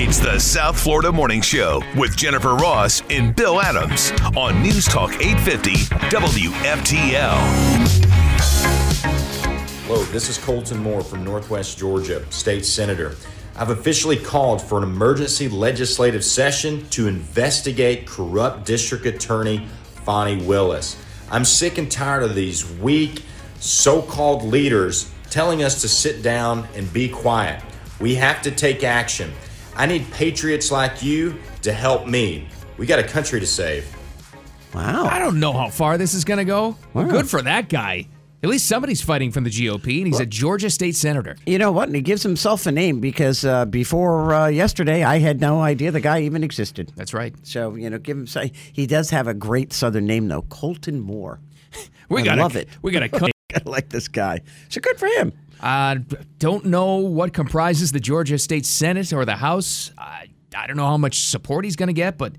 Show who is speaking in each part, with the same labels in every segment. Speaker 1: It's the South Florida Morning Show with Jennifer Ross and Bill Adams on News Talk 850 WFTL.
Speaker 2: Hello, this is Colton Moore from Northwest Georgia, State Senator. I've officially called for an emergency legislative session to investigate corrupt District Attorney Fonnie Willis. I'm sick and tired of these weak, so called leaders telling us to sit down and be quiet. We have to take action. I need patriots like you to help me. We got a country to save.
Speaker 3: I
Speaker 4: Wow.
Speaker 3: don't know how far this is going to go.
Speaker 4: Wow.
Speaker 3: Good for that guy. At least somebody's fighting from the GOP, and he's a Georgia state senator.
Speaker 4: You know what? And he gives himself a name because uh, before uh, yesterday, I had no idea the guy even existed.
Speaker 3: That's right.
Speaker 4: So you know, give him. Say, he does have a great Southern name though, Colton Moore.
Speaker 3: We
Speaker 4: I
Speaker 3: got
Speaker 4: love it.
Speaker 3: We got a. com-
Speaker 4: I like this guy. So good for him.
Speaker 3: I Uh, don't know what comprises the Georgia state senate or the House. I, I don't know how much support he's going to get, but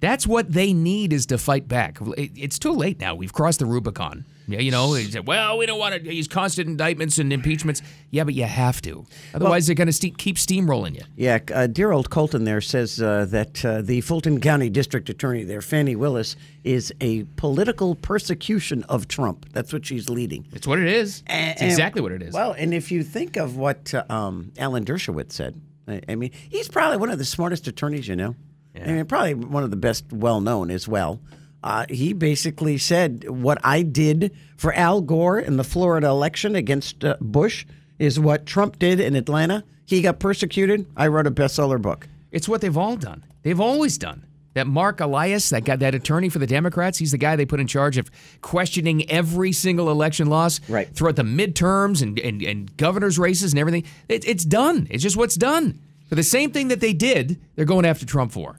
Speaker 3: that's what they need is to fight back. It- it's too late now. We've crossed the Rubicon. Yeah, You know, it's, well, we don't want to use constant indictments and impeachments. Yeah, but you have to. Otherwise, they're going to ste- keep steamrolling you.
Speaker 4: Yeah, uh, dear old Colton there says uh, that uh, the Fulton County District Attorney there, Fannie Willis, is a political persecution of Trump. That's what she's leading.
Speaker 3: It's what it is. It's
Speaker 4: And-
Speaker 3: exactly what it is.
Speaker 4: Well, and if you think of what uh, um, Alan Dershowitz said, I, I mean, he's probably one of the smartest attorneys you know. I mean, probably one of the best well known as well. Uh, he basically said, What I did for Al Gore in the Florida election against uh, Bush is what Trump did in Atlanta. He got persecuted. I wrote a bestseller book.
Speaker 3: It's what they've all done. They've always done. That Mark Elias, that guy, that attorney for the Democrats, he's the guy they put in charge of questioning every single election loss
Speaker 4: Right.
Speaker 3: throughout the midterms and, and, and governor's races and everything. It, it's done. It's just what's done. So the same thing that they did, they're going after Trump for.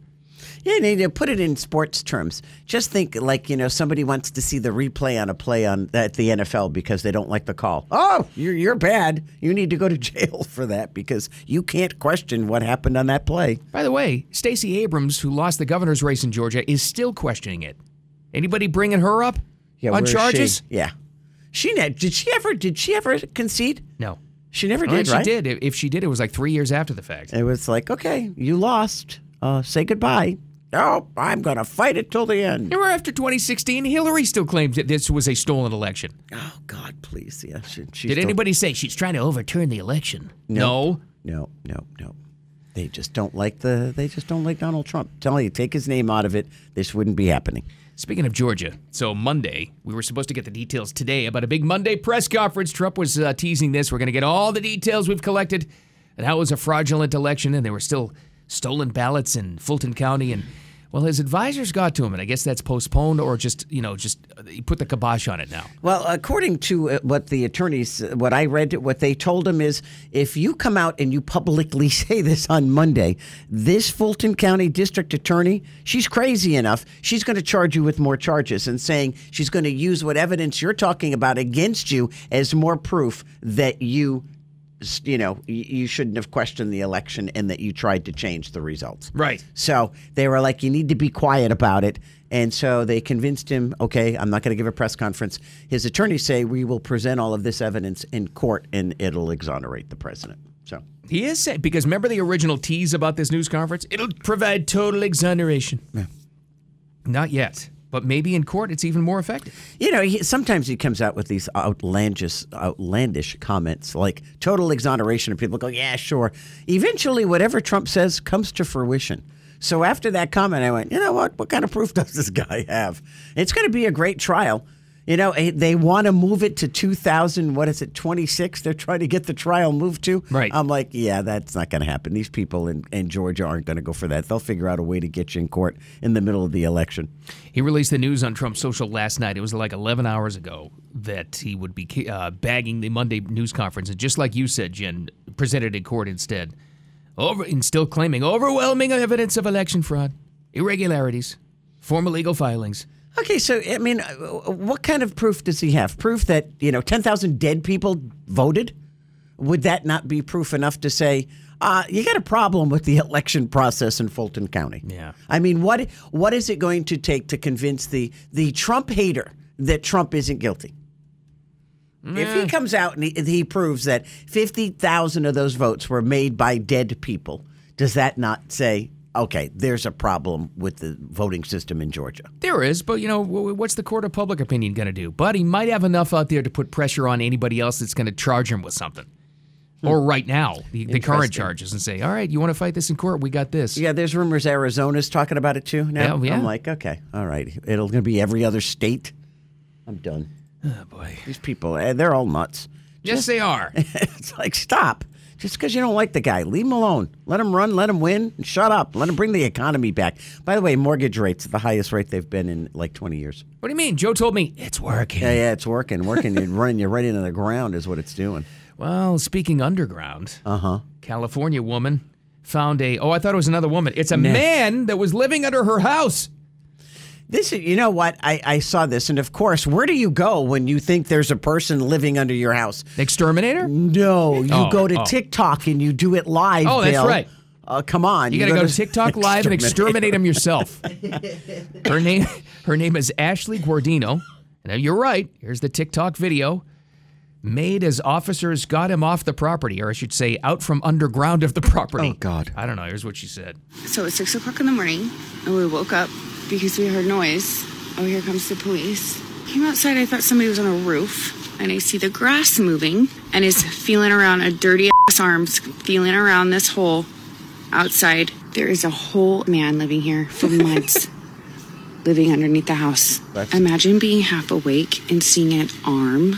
Speaker 4: Yeah, they, they put it in sports terms. Just think like, you know, somebody wants to see the replay on a play on at the NFL because they don't like the call. Oh, you're, you're bad. You need to go to jail for that because you can't question what happened on that play.
Speaker 3: By the way, Stacey Abrams, who lost the governor's race in Georgia, is still questioning it. Anybody bringing her up on
Speaker 4: where is she?
Speaker 3: charges?
Speaker 4: Yeah. She ne- did she ever did she ever concede?
Speaker 3: No.
Speaker 4: She never
Speaker 3: Well,
Speaker 4: did,
Speaker 3: Oh, she
Speaker 4: right?
Speaker 3: did. If if she did, it was like three years after the fact.
Speaker 4: It was like, okay, you lost. Uh, say goodbye. No, I'm gonna fight it till the end.
Speaker 3: Remember after 2016, Hillary still claimed that this was a stolen election.
Speaker 4: Oh God, please. Yeah. She, she's
Speaker 3: Did
Speaker 4: still-
Speaker 3: anybody say she's trying to overturn the election? No.
Speaker 4: No, no, no. They just don't like the. They just don't like Donald Trump. Tell you, take his name out of it. This wouldn't be happening.
Speaker 3: Speaking of Georgia, so Monday, we were supposed to get the details today about a big Monday press conference. Trump was uh, teasing this. We're going to get all the details we've collected and how it was a fraudulent election and there were still stolen ballots in Fulton County. And, well, his advisors got to him, and I guess that's postponed or just, you know, just uh, he put the kibosh on it now.
Speaker 4: Well, according to uh, what the attorneys, uh, what I read, what they told him is, if you come out and you publicly say this on Monday, this Fulton County District Attorney, she's crazy enough. She's going to charge you with more charges and saying she's going to use what evidence you're talking about against you as more proof that you, s- you know, y- you shouldn't have questioned the election and that you tried to change the results.
Speaker 3: Right.
Speaker 4: So they were like, you need to be quiet about it. And so they convinced him, okay, I'm not going to give a press conference. His attorneys say, we will present all of this evidence in court and it'll exonerate the president. So,
Speaker 3: He is saying because remember the original tease about this news conference? It'll provide total exoneration. Not yet, but maybe in court it's even more effective.
Speaker 4: you know, he, sometimes he comes out with these outlandish, outlandish comments like total exoneration, and people go, yeah, sure. Eventually, whatever Trump says comes to fruition. So after that comment, I went, you know what? What kind of proof does this guy have? It's going to be a great trial. You know, eh, they want to move it to 2000, what is it, 26? They're trying to get the trial moved to.
Speaker 3: Right.
Speaker 4: I'm like, yeah, that's not going to happen. These people in, in Georgia aren't going to go for that. They'll figure out a way to get you in court in the middle of the election.
Speaker 3: He released the news on Trump Social last night. It was like 11 hours ago that he would be ki- uh, bagging the Monday news conference, and just like you said, Jen, presented in court instead, over and still claiming overwhelming evidence of election fraud, irregularities, former legal filings.
Speaker 4: Okay, so I mean, uh, what kind of proof does he have? Proof that you know ten thousand dead people voted? Would that not be proof enough to say uh, you got a problem with the election process in Fulton County?
Speaker 3: Yeah.
Speaker 4: I mean, what what is it going to take to convince the the Trump hater that Trump isn't guilty? If he comes out and he, he proves that 50,000 of those votes were made by dead people, does that not say, okay, there's a problem with the voting system in Georgia?
Speaker 3: There is, but you know, wh- what's the court of public opinion going to do? But he might have enough out there to put pressure on anybody else that's going to charge him with something. Or right now, the, the current
Speaker 4: Hmm. Interesting.
Speaker 3: charges, and say, all right, you want to fight this in court? We got this.
Speaker 4: Yeah, there's rumors Arizona's talking about it too now.
Speaker 3: Yeah, yeah.
Speaker 4: I'm like, okay, all right. It'll gonna be every other state. I'm done.
Speaker 3: Oh, boy.
Speaker 4: These people, eh, they're all nuts.
Speaker 3: Yes, they are.
Speaker 4: it's like, stop. Just because you don't like the guy, leave him alone. Let him run, let him win, and shut up. Let him bring the economy back. By the way, mortgage rates are the highest rate they've been in like 20 years.
Speaker 3: What do you mean? Joe told me it's working.
Speaker 4: Yeah, yeah, it's working. Working, and running you right into the ground is what it's doing.
Speaker 3: Well, speaking underground, uh
Speaker 4: Uh-huh.
Speaker 3: huh. California woman found a. Oh, I thought it was another woman. It's a man that was living under her house.
Speaker 4: This is, you know what? I, I saw this, and of course, where do you go when you think there's a person living under your house?
Speaker 3: Exterminator.
Speaker 4: No, you
Speaker 3: Oh,
Speaker 4: go to
Speaker 3: oh.
Speaker 4: TikTok and you do it live.
Speaker 3: Oh, that's
Speaker 4: Bill.
Speaker 3: right.
Speaker 4: Uh, come on,
Speaker 3: You gotta go to
Speaker 4: to-
Speaker 3: TikTok live and exterminate him yourself. her name, her name is Ashley Guardino. Now you're right. Here's the TikTok video made as officers got him off the property, or I should say, out from underground of the property.
Speaker 4: Oh, God.
Speaker 3: I don't know. Here's what she said.
Speaker 5: So it's six o'clock in the morning, and we woke up because we heard noise. Oh, here comes the police. Came outside, I thought somebody was on a roof, and I see the grass moving, and is feeling around a dirty ass arms, feeling around this hole outside. There is a whole man living here for months, living underneath the house. Imagine being half awake and seeing an arm,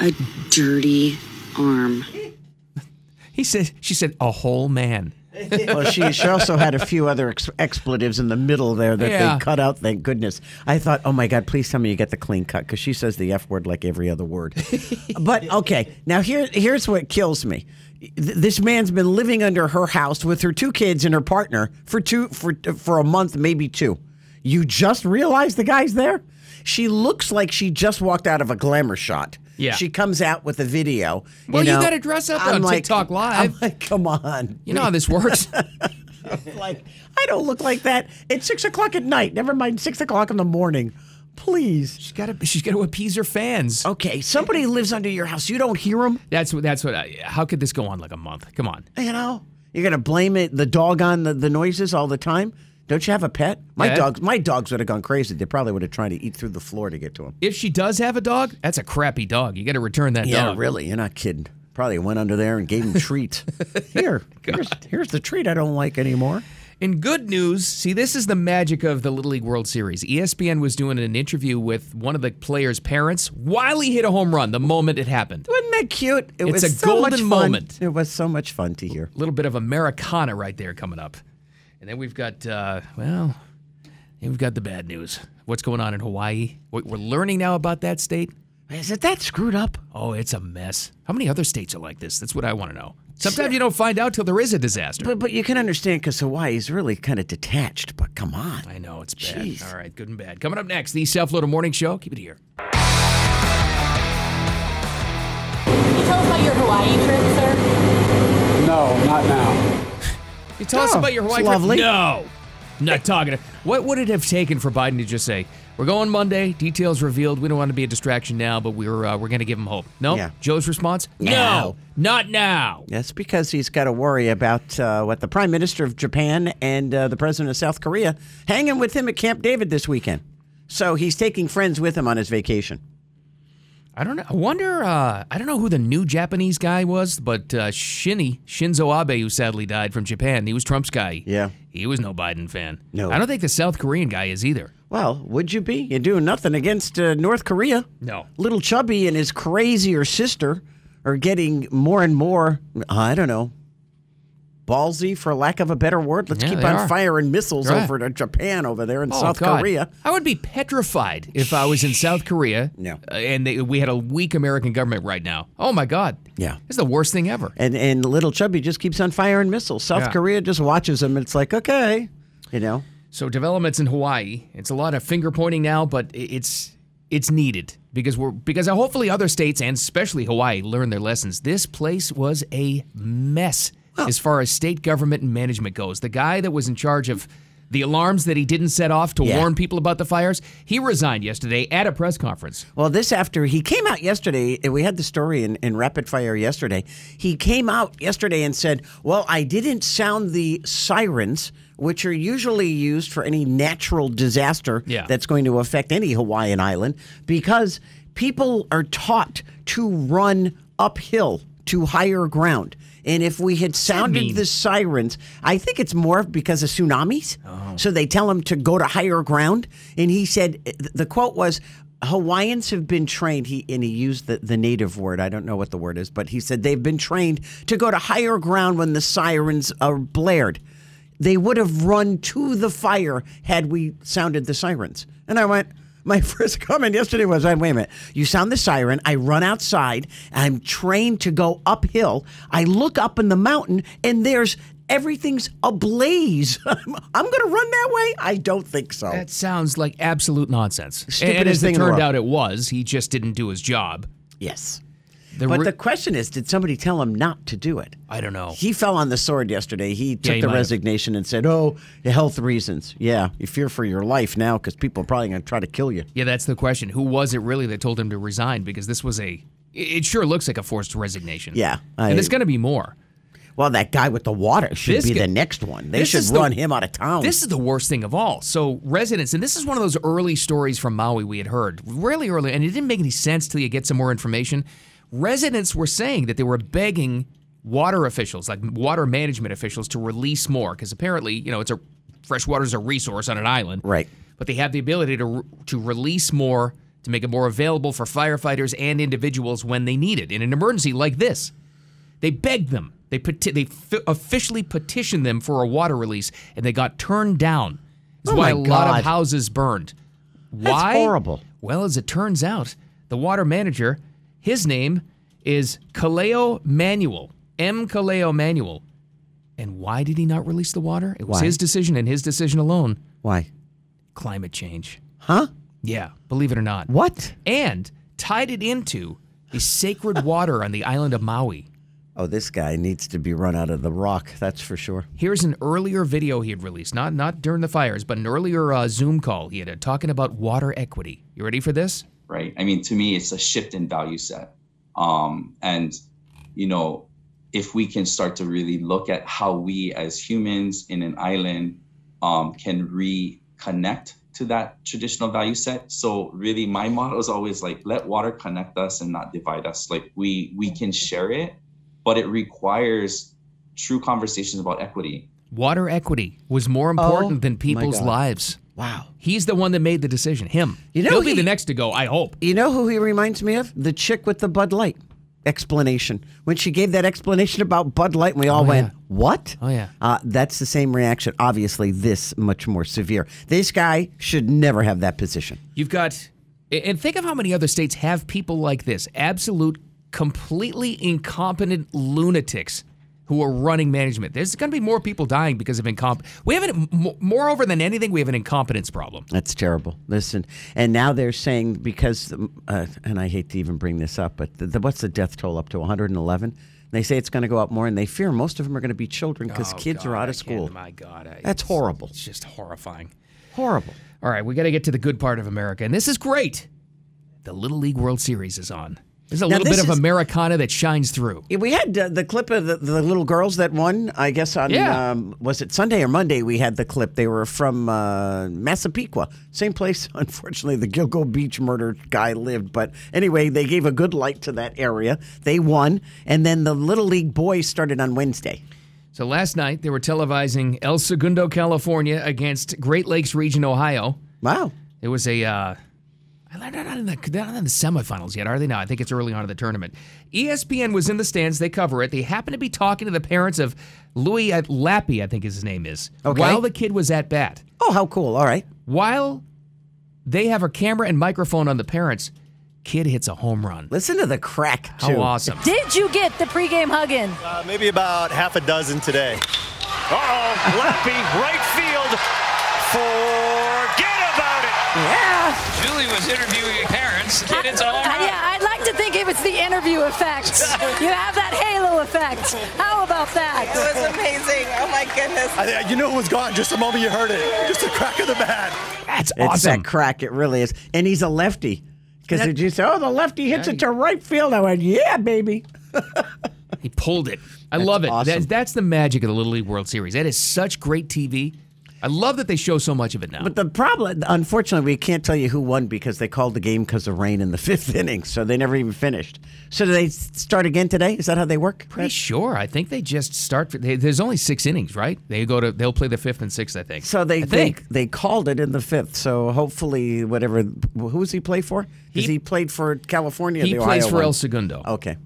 Speaker 5: a dirty arm.
Speaker 3: He said, she said, a whole man.
Speaker 4: well, she, she also had a few other ex- expletives in the middle there that
Speaker 3: Yeah.
Speaker 4: they cut out. Thank goodness. I thought, oh my God, please tell me you get the clean cut because she says the F word like every other word. but okay, now here here's what kills me. Th- This man's been living under her house with her two kids and her partner for two for for a month, maybe two. You just realized the guy's there. She looks like she just walked out of a glamour shot.
Speaker 3: Yeah.
Speaker 4: She comes out with a video.
Speaker 3: Well, you
Speaker 4: know.
Speaker 3: gotta dress up
Speaker 4: I'm
Speaker 3: on
Speaker 4: like-
Speaker 3: TikTok Live.
Speaker 4: I'm like, come on
Speaker 3: You know how this works.
Speaker 4: like I don't look like that at six o'clock at night. Never mind six o'clock in the morning. Please.
Speaker 3: she's got to, she's got to appease her fans.
Speaker 4: Okay, somebody lives under your house. You don't hear them.
Speaker 3: That's what. That's what. I, how could this go on like a month? Come on.
Speaker 4: You know you're gonna blame it the dog on the, the noises all the time. Don't you have a pet? My
Speaker 3: Yeah.
Speaker 4: dogs, my dogs would have gone crazy. They probably would have tried to eat through the floor to get to him.
Speaker 3: If she does have a dog, that's a crappy dog. You got to return that
Speaker 4: Yeah,
Speaker 3: dog.
Speaker 4: really. You're not kidding. Probably went under there and gave him treats. Here, here's, here's the treat I don't like anymore.
Speaker 3: In good news, see, this is the magic of the Little League World Series. E ESPN was doing an interview with one of the players' parents while he hit a home run the moment it happened.
Speaker 4: Wasn't that cute? It
Speaker 3: It's
Speaker 4: was
Speaker 3: a
Speaker 4: so much
Speaker 3: golden
Speaker 4: fun.
Speaker 3: moment.
Speaker 4: It was so much fun to hear.
Speaker 3: A little bit of Americana right there coming up. And then we've got, uh, well, then we've got the bad news. What's going on in Hawaii? What We're learning now about that state.
Speaker 4: Is it that screwed up?
Speaker 3: Oh, it's a mess. How many other states are like this? That's what I want to know. Sometimes you don't find out till there is a disaster.
Speaker 4: But but you can understand because Hawaii is really kind of detached. But come on,
Speaker 3: I know it's bad.
Speaker 4: Jeez.
Speaker 3: All right, good and bad. Coming up next, the Self Loader Morning Show. Keep it here.
Speaker 6: Can you tell us about your Hawaii trip, sir?
Speaker 7: No, not now.
Speaker 3: You tell us
Speaker 4: Oh,
Speaker 3: about your
Speaker 4: it's
Speaker 3: Hawaii trip.
Speaker 4: lovely.
Speaker 3: No, not talking. To, what would it have taken for Biden to just say, "We're going Monday. Details revealed. We don't want to be a distraction now, but we're uh, we're going to give him hope." No.
Speaker 4: Yeah.
Speaker 3: Joe's response: No,
Speaker 4: No.
Speaker 3: not now.
Speaker 4: that's because he's got to worry about uh, what the Prime Minister of Japan and uh, the President of South Korea hanging with him at Camp David this weekend. So he's taking friends with him on his vacation.
Speaker 3: I don't know. I wonder. Uh, I don't know who the new Japanese guy was, but uh, Shinny Shinzo Abe, who sadly died from Japan, he was Trump's guy.
Speaker 4: Yeah.
Speaker 3: He was no Biden fan.
Speaker 4: No.
Speaker 3: I don't think the South Korean guy is either.
Speaker 4: Well, would you be? You're doing nothing against uh, North Korea.
Speaker 3: No.
Speaker 4: Little Chubby and his crazier sister are getting more and more, I don't know, ballsy for lack of a better word. Let's
Speaker 3: Yeah,
Speaker 4: keep
Speaker 3: they
Speaker 4: on
Speaker 3: are.
Speaker 4: firing missiles
Speaker 3: Right.
Speaker 4: over to Japan over there in
Speaker 3: Oh,
Speaker 4: South
Speaker 3: God.
Speaker 4: Korea.
Speaker 3: I would be petrified if I was in South Korea.
Speaker 4: No.
Speaker 3: uh, And they, we had a weak American government right now. Oh my God.
Speaker 4: Yeah.
Speaker 3: It's the worst thing ever.
Speaker 4: And and little chubby just keeps on firing missiles. South
Speaker 3: Yeah.
Speaker 4: Korea just watches them. It's like okay, you know.
Speaker 3: So developments in Hawaii. It's a lot of finger pointing now, but i- it's it's needed because we're because hopefully other states and especially Hawaii learn their lessons. This place was a mess as far as state government and management goes. The guy that was in charge of the alarms that he didn't set off to
Speaker 4: Yeah.
Speaker 3: warn people about the fires. He resigned yesterday at a press conference.
Speaker 4: Well, this after he came out yesterday, and we had the story in, in Rapid Fire yesterday. He came out yesterday and said, Well, I didn't sound the sirens, which are usually used for any natural disaster
Speaker 3: Yeah.
Speaker 4: that's going to affect any Hawaiian island, because people are taught to run uphill to higher ground. And if we had sounded
Speaker 3: mean?
Speaker 4: the sirens, I think it's more because of tsunamis. So they tell him to go to higher ground. And he said, the quote was, Hawaiians have been trained, he, and he used the, the native word. I don't know what the word is, but he said they've been trained to go to higher ground when the sirens are blared. They would have run to the fire had we sounded the sirens. And I went, my first comment yesterday was, wait a minute, you sound the siren. I run outside. I'm trained to go uphill. I look up in the mountain and there's everything's ablaze. I'm, going to run that way? I don't think so.
Speaker 3: That sounds like absolute nonsense.
Speaker 4: Stupidest
Speaker 3: and as
Speaker 4: thing
Speaker 3: it
Speaker 4: in the
Speaker 3: turned
Speaker 4: world.
Speaker 3: out, it was. He just didn't do his job.
Speaker 4: yes.
Speaker 3: The
Speaker 4: but
Speaker 3: re-
Speaker 4: the question is, did somebody tell him not to do it?
Speaker 3: I don't know.
Speaker 4: He fell on the sword yesterday. He took
Speaker 3: he
Speaker 4: the
Speaker 3: might have.
Speaker 4: resignation and said, oh, health reasons. Yeah, you fear for your life now because people are probably going to try to kill you.
Speaker 3: Yeah, that's the question. Who was it really that told him to resign? Because this was a. It sure looks like a forced resignation.
Speaker 4: Yeah, I-
Speaker 3: and there's going to be more.
Speaker 4: Well, that guy with the water should
Speaker 3: This
Speaker 4: be
Speaker 3: guy-
Speaker 4: the next one. They
Speaker 3: This
Speaker 4: should
Speaker 3: is the-
Speaker 4: run him out of town.
Speaker 3: This is the worst thing of all. So residents, and this is one of those early stories from Maui we had heard, really early, and it didn't make any sense till you get some more information. Residents were saying that they were begging water officials, like water management officials, to release more because apparently, you know, it's a fresh water is a resource on an island,
Speaker 4: Right.
Speaker 3: But they have the ability to to release more to make it more available for firefighters and individuals when they need it in an emergency like this. They begged them. They peti- they f- officially petitioned them for a water release, and they got turned down. That's
Speaker 4: Oh
Speaker 3: why a
Speaker 4: my
Speaker 3: lot
Speaker 4: God.
Speaker 3: of houses burned. Why?
Speaker 4: That's horrible.
Speaker 3: Well, as it turns out, the water manager, his name is Kaleo Manuel, M. Kaleo Manuel. And why did he not release the water? It was
Speaker 4: Why?
Speaker 3: his decision and his decision alone.
Speaker 4: Why?
Speaker 3: Climate change.
Speaker 4: Huh?
Speaker 3: Yeah, believe it or not.
Speaker 4: What?
Speaker 3: And tied it into the sacred water on the island of Maui.
Speaker 4: Oh, this guy needs to be run out of the rock. That's for sure.
Speaker 3: Here's an earlier video he had released, not not during the fires, but an earlier uh, Zoom call he had uh, talking about water equity. You ready for this?
Speaker 8: right? I mean, to me, it's a shift in value set. Um, and, you know, if we can start to really look at how we as humans in an island um, can reconnect to that traditional value set. So really my motto is always like, let water connect us and not divide us. Like we, we can share it, but it requires true conversations about equity.
Speaker 3: Water equity was more important
Speaker 4: Oh,
Speaker 3: than
Speaker 4: my
Speaker 3: people's
Speaker 4: God.
Speaker 3: lives.
Speaker 4: Wow.
Speaker 3: He's the one that made the decision. Him.
Speaker 4: You know,
Speaker 3: he'll be
Speaker 4: he-
Speaker 3: the next to go. I hope.
Speaker 4: You know who he reminds me of? The chick with the Bud Light explanation. When she gave that explanation about Bud Light, and we all went, What?
Speaker 3: Oh, yeah.
Speaker 4: Uh, that's the same reaction. Obviously, this much more severe. This guy should never have that position.
Speaker 3: You've got, and think of how many other states have people like this absolute, completely incompetent lunatics who are running management. There's going to be more people dying because of incomp. We have an, mo- moreover than anything, we have an incompetence problem.
Speaker 4: That's terrible. Listen, and now they're saying because, uh, and I hate to even bring this up, but the, the, what's the death toll up to 111? They say it's going to go up more, and they fear most of them are going to be children because
Speaker 3: Oh,
Speaker 4: kids
Speaker 3: God,
Speaker 4: are out
Speaker 3: I
Speaker 4: of school.
Speaker 3: can't- My God, I-
Speaker 4: That's horrible.
Speaker 3: It's just horrifying.
Speaker 4: Horrible.
Speaker 3: All right, we got to get to the good part of America, and this is great. The Little League World Series is on. There's a
Speaker 4: Now,
Speaker 3: little bit
Speaker 4: this
Speaker 3: of
Speaker 4: is-
Speaker 3: Americana that shines through.
Speaker 4: Yeah, We had uh, the clip of the, the little girls that won. I guess on
Speaker 3: Yeah.
Speaker 4: um, was it Sunday or Monday? We had the clip. They were from uh, Massapequa, same place. Unfortunately, the Gilgo Beach murder guy lived. But anyway, they gave a good light to that area. They won, and then the little league boys started on Wednesday.
Speaker 3: So last night they were televising El Segundo, California, against Great Lakes Region, Ohio.
Speaker 4: Wow.
Speaker 3: It was a. Uh, they're not in the they're not in the semifinals yet, are they? Now I think it's early on in the tournament. E ESPN was in the stands. They cover it. They happened to be talking to the parents of Louis uh, Lappy, I think his name is,
Speaker 4: Okay.
Speaker 3: while the kid was at bat.
Speaker 4: Oh, how cool! All right.
Speaker 3: While they have a camera and microphone on the parents, kid hits a home run.
Speaker 4: Listen to the crack.
Speaker 3: How
Speaker 4: too.
Speaker 3: awesome!
Speaker 6: Did you get the pregame hug in?
Speaker 9: Uh, maybe about half a dozen today. Uh oh, Lappy, right field. Forget about it.
Speaker 6: Yeah.
Speaker 10: Julie was interviewing parents, and it's all
Speaker 6: I, yeah, I'd like to think it was the interview effect. you have that halo effect. How about
Speaker 11: It
Speaker 6: that?
Speaker 11: was amazing. Oh my goodness.
Speaker 9: I, think- you know it was gone just the moment you heard it. Just the crack of the bat.
Speaker 3: That's
Speaker 4: It's
Speaker 3: awesome.
Speaker 4: that crack. It really is. And he's a lefty. Because
Speaker 3: That-
Speaker 4: did you say, oh, the lefty hits it to right field? I went, yeah, baby.
Speaker 3: He pulled it. I love it.
Speaker 4: awesome.
Speaker 3: That's, that's the magic of the Little League World Series. That is such great TV. I love that they show so much of it now.
Speaker 4: But the problem, unfortunately, we can't tell you who won because they called the game because of rain in the fifth inning. So they never even finished. So do they s- start again today? Is that how they work?
Speaker 3: Pretty sure. I think they just start. For, they, there's only six innings, right? They go to. They'll play the fifth and sixth. I think.
Speaker 4: So they
Speaker 3: I think.
Speaker 4: They, they called it in the fifth. So hopefully, whatever. Who does he play for? Because
Speaker 3: He-
Speaker 4: he, played for California.
Speaker 3: he
Speaker 4: the
Speaker 3: plays
Speaker 4: Ohio
Speaker 3: for
Speaker 4: one. Oh.
Speaker 3: El Segundo.
Speaker 4: Okay.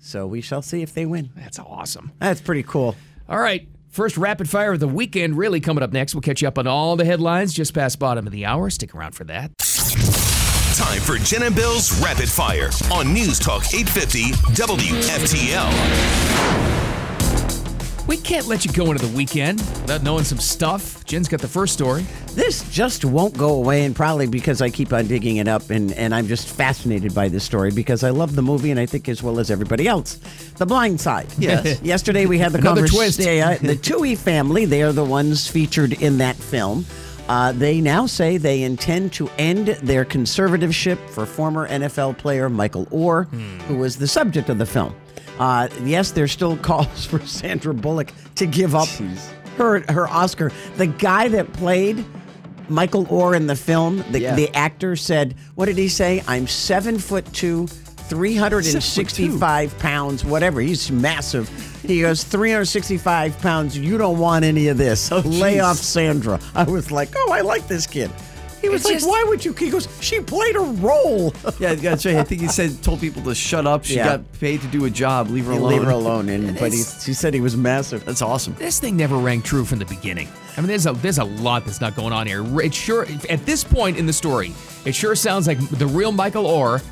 Speaker 4: So we shall see if they win.
Speaker 3: That's awesome.
Speaker 4: That's pretty cool.
Speaker 3: All right. First rapid fire of the weekend. Really coming up next. We'll catch you up on all the headlines just past bottom of the hour. Stick around for that.
Speaker 1: Time for Jen and Bill's Rapid Fire on News Talk 850 WFTL.
Speaker 3: We can't let you go into the weekend without knowing some stuff. Jen's got the first story.
Speaker 4: This just won't go away, and probably because I keep on digging it up, and, and I'm just fascinated by this story because I love the movie, and I think as well as everybody else, The Blind Side. Yes. Yesterday we had the
Speaker 3: Another
Speaker 4: convers-
Speaker 3: twist.
Speaker 4: Yeah, yeah. the Tui family. They are the ones featured in that film. Uh, they now say they intend to end their conservativeship for former NFL player Michael Orr, who was the subject of the film. Uh, yes, there's still calls for Sandra Bullock to give up her her Oscar. The guy that played Michael Orr in the film, the, the actor said, "What did he say? I'm seven foot two, three hundred and sixty-five pounds, whatever. He's massive." He goes, 365 pounds. You don't want any of this. Lay off Sandra. I was like, oh, I like this kid. He was
Speaker 6: It's
Speaker 4: like,
Speaker 6: just-
Speaker 4: why would you? He goes, she played a role.
Speaker 12: Yeah, that's right. I think he said told people to shut up. She
Speaker 4: Yeah.
Speaker 12: got paid to do a job. Leave her alone.
Speaker 4: Leave her alone. And, but he, she said he was massive.
Speaker 12: That's awesome.
Speaker 3: This thing never rang true from the beginning. I mean, there's a there's a lot that's not going on here. It sure at this point in the story, it sure sounds like the real Michael Orr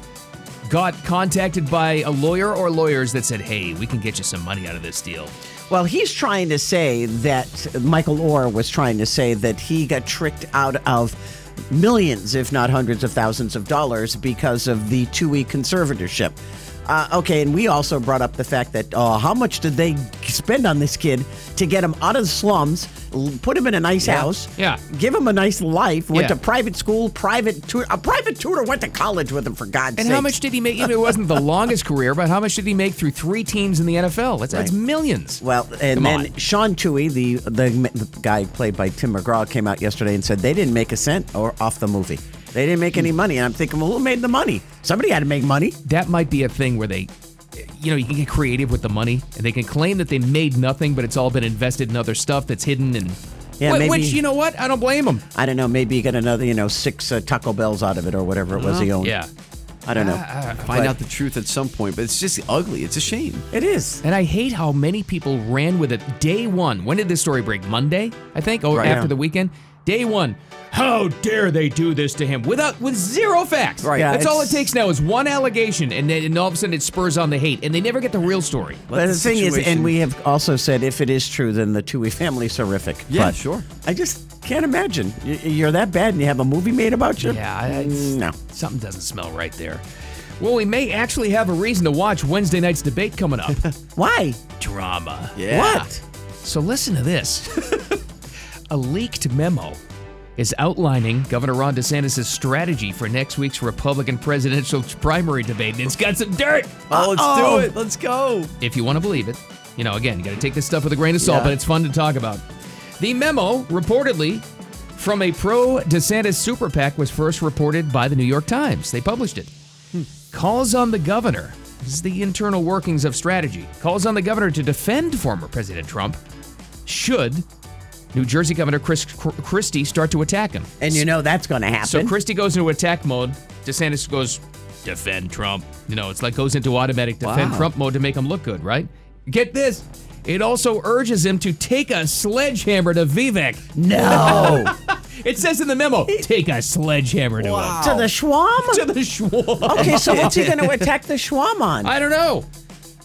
Speaker 3: got contacted by a lawyer or lawyers that said, "Hey, we can get you some money out of this deal."
Speaker 4: Well, he's trying to say that Michael Orr was trying to say that he got tricked out of millions, if not hundreds of thousands of dollars, because of the TUI conservatorship. Uh, okay, and we also brought up the fact that uh, how much did they spend on this kid to get him out of the slums, l- put him in a nice house,
Speaker 3: Yeah.
Speaker 4: give him a nice life, went to
Speaker 3: Yeah.
Speaker 4: private school, private tutor, a private tutor went to college with him for God's sake.
Speaker 3: And how much did he make? Even it wasn't the longest career, but how much did he make through three teams in the NFL? That's, that's
Speaker 4: Right.
Speaker 3: millions.
Speaker 4: Well, and
Speaker 3: Come
Speaker 4: then
Speaker 3: on.
Speaker 4: Sean Toohey, the, the the guy played by Tim McGraw, came out yesterday and said they didn't make a cent or off the movie. They didn't make any money, and I'm thinking, well, who made the money? Somebody had to make money.
Speaker 3: that might be a thing where they, you know, you can get creative with the money, and they can claim that they made nothing, but it's all been invested in other stuff that's hidden and.
Speaker 4: Yeah,
Speaker 3: Wh-
Speaker 4: maybe-
Speaker 3: Which you know what? I don't blame them.
Speaker 4: I don't know. Maybe he got another, you know, six uh, Taco Bells out of it or whatever it was he owned.
Speaker 3: Yeah.
Speaker 4: I don't know.
Speaker 12: Find out the truth at some point, but it's just ugly. It's a shame.
Speaker 4: it is.
Speaker 3: And I hate how many people ran with it day one. When did this story break? Monday, I think, or
Speaker 12: Right.
Speaker 3: after
Speaker 12: Yeah.
Speaker 3: the weekend. Day one. How dare they do this to him without with zero facts?
Speaker 12: Right.
Speaker 4: Yeah,
Speaker 3: That's all it
Speaker 4: it's-
Speaker 3: takes now is one allegation, and then and all of a sudden it spurs on the hate, and they never get the real story.
Speaker 12: Let
Speaker 4: but the,
Speaker 12: the
Speaker 4: thing is, and
Speaker 12: situation-
Speaker 4: we have also said if it is true, then the Toohey family's horrific.
Speaker 12: Yeah,
Speaker 4: But
Speaker 12: sure.
Speaker 4: I just can't imagine. Y- You're that bad and you have a movie made about you?
Speaker 3: Yeah, I-
Speaker 4: Mm, No.
Speaker 3: Something doesn't smell right there. Well, we may actually have a reason to watch Wednesday night's debate coming up.
Speaker 4: Why?
Speaker 3: Drama.
Speaker 12: Yeah.
Speaker 4: What?
Speaker 3: So listen to this. a leaked memo is outlining Governor Ron DeSantis' strategy for next week's Republican presidential primary debate. And it's got some dirt.
Speaker 12: Oh, let's
Speaker 4: Uh-oh.
Speaker 12: do it. Let's go.
Speaker 3: If you want to believe it. You know, again, you got to take this stuff with a grain of salt,
Speaker 12: Yeah.
Speaker 3: but it's fun to talk about. The memo, reportedly from a pro DeSantis super PAC, was first reported by the New York Times. They published it
Speaker 12: Hmm.
Speaker 3: calls on the governor. This is the internal workings of strategy. Calls on the governor to defend former President Trump should New Jersey Governor Chris Christie start to attack him.
Speaker 4: And you know that's going to happen.
Speaker 3: So Christie goes into attack mode. DeSantis goes defend Trump. You know, it's like goes into automatic defend
Speaker 12: Wow.
Speaker 3: Trump mode to make him look good, right? Get this. It also urges him to take a sledgehammer to Vivek.
Speaker 4: No.
Speaker 3: It says in the memo, take a sledgehammer to
Speaker 4: to
Speaker 12: Oh.
Speaker 4: the Schwam?
Speaker 3: him. To the Schwab.
Speaker 4: okay, so what's he going to attack the Schwam on?
Speaker 3: I don't know.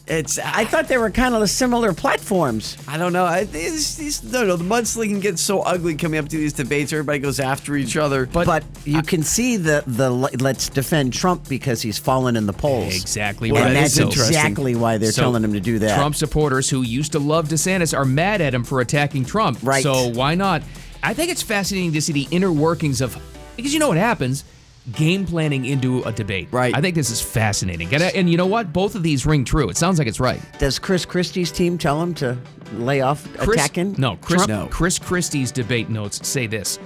Speaker 12: It's.
Speaker 4: I thought they were kind of similar platforms.
Speaker 12: I don't know. I, it's, it's, no, no, the mudslinging gets so ugly coming up to these debates. Everybody goes after each other.
Speaker 4: But, but you can see the the le- let's defend Trump because he's fallen in the polls.
Speaker 3: Exactly
Speaker 4: and
Speaker 3: right.
Speaker 4: that's
Speaker 3: So-
Speaker 4: exactly why they're
Speaker 3: So
Speaker 4: telling him to do that.
Speaker 3: Trump supporters who used to love DeSantis are mad at him for attacking Trump.
Speaker 4: Right.
Speaker 3: So why not? I think it's fascinating to see the inner workings of because you know what happens. Game planning into a debate. Right. I think this is fascinating. And, I- and you know what? Both of these ring true. It sounds like it's right.
Speaker 4: Does Chris Christie's team tell him to lay off attacking?
Speaker 3: No, Chris,
Speaker 4: Trump?
Speaker 3: Chris Christie's debate notes say this.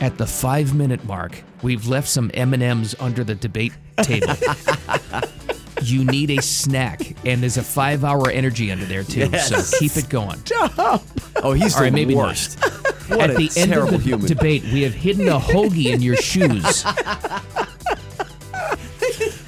Speaker 3: At the five minute mark, we've left some M&Ms under the debate table. you need a snack, and there's a five hour energy under there, too.
Speaker 12: Yes.
Speaker 3: So keep it going.
Speaker 12: Oh, he's
Speaker 3: All
Speaker 12: the
Speaker 3: right, maybe not.
Speaker 12: worst.
Speaker 3: At
Speaker 12: What a
Speaker 3: the end of the
Speaker 12: terrible human.
Speaker 3: debate, we have hidden a hoagie in your shoes.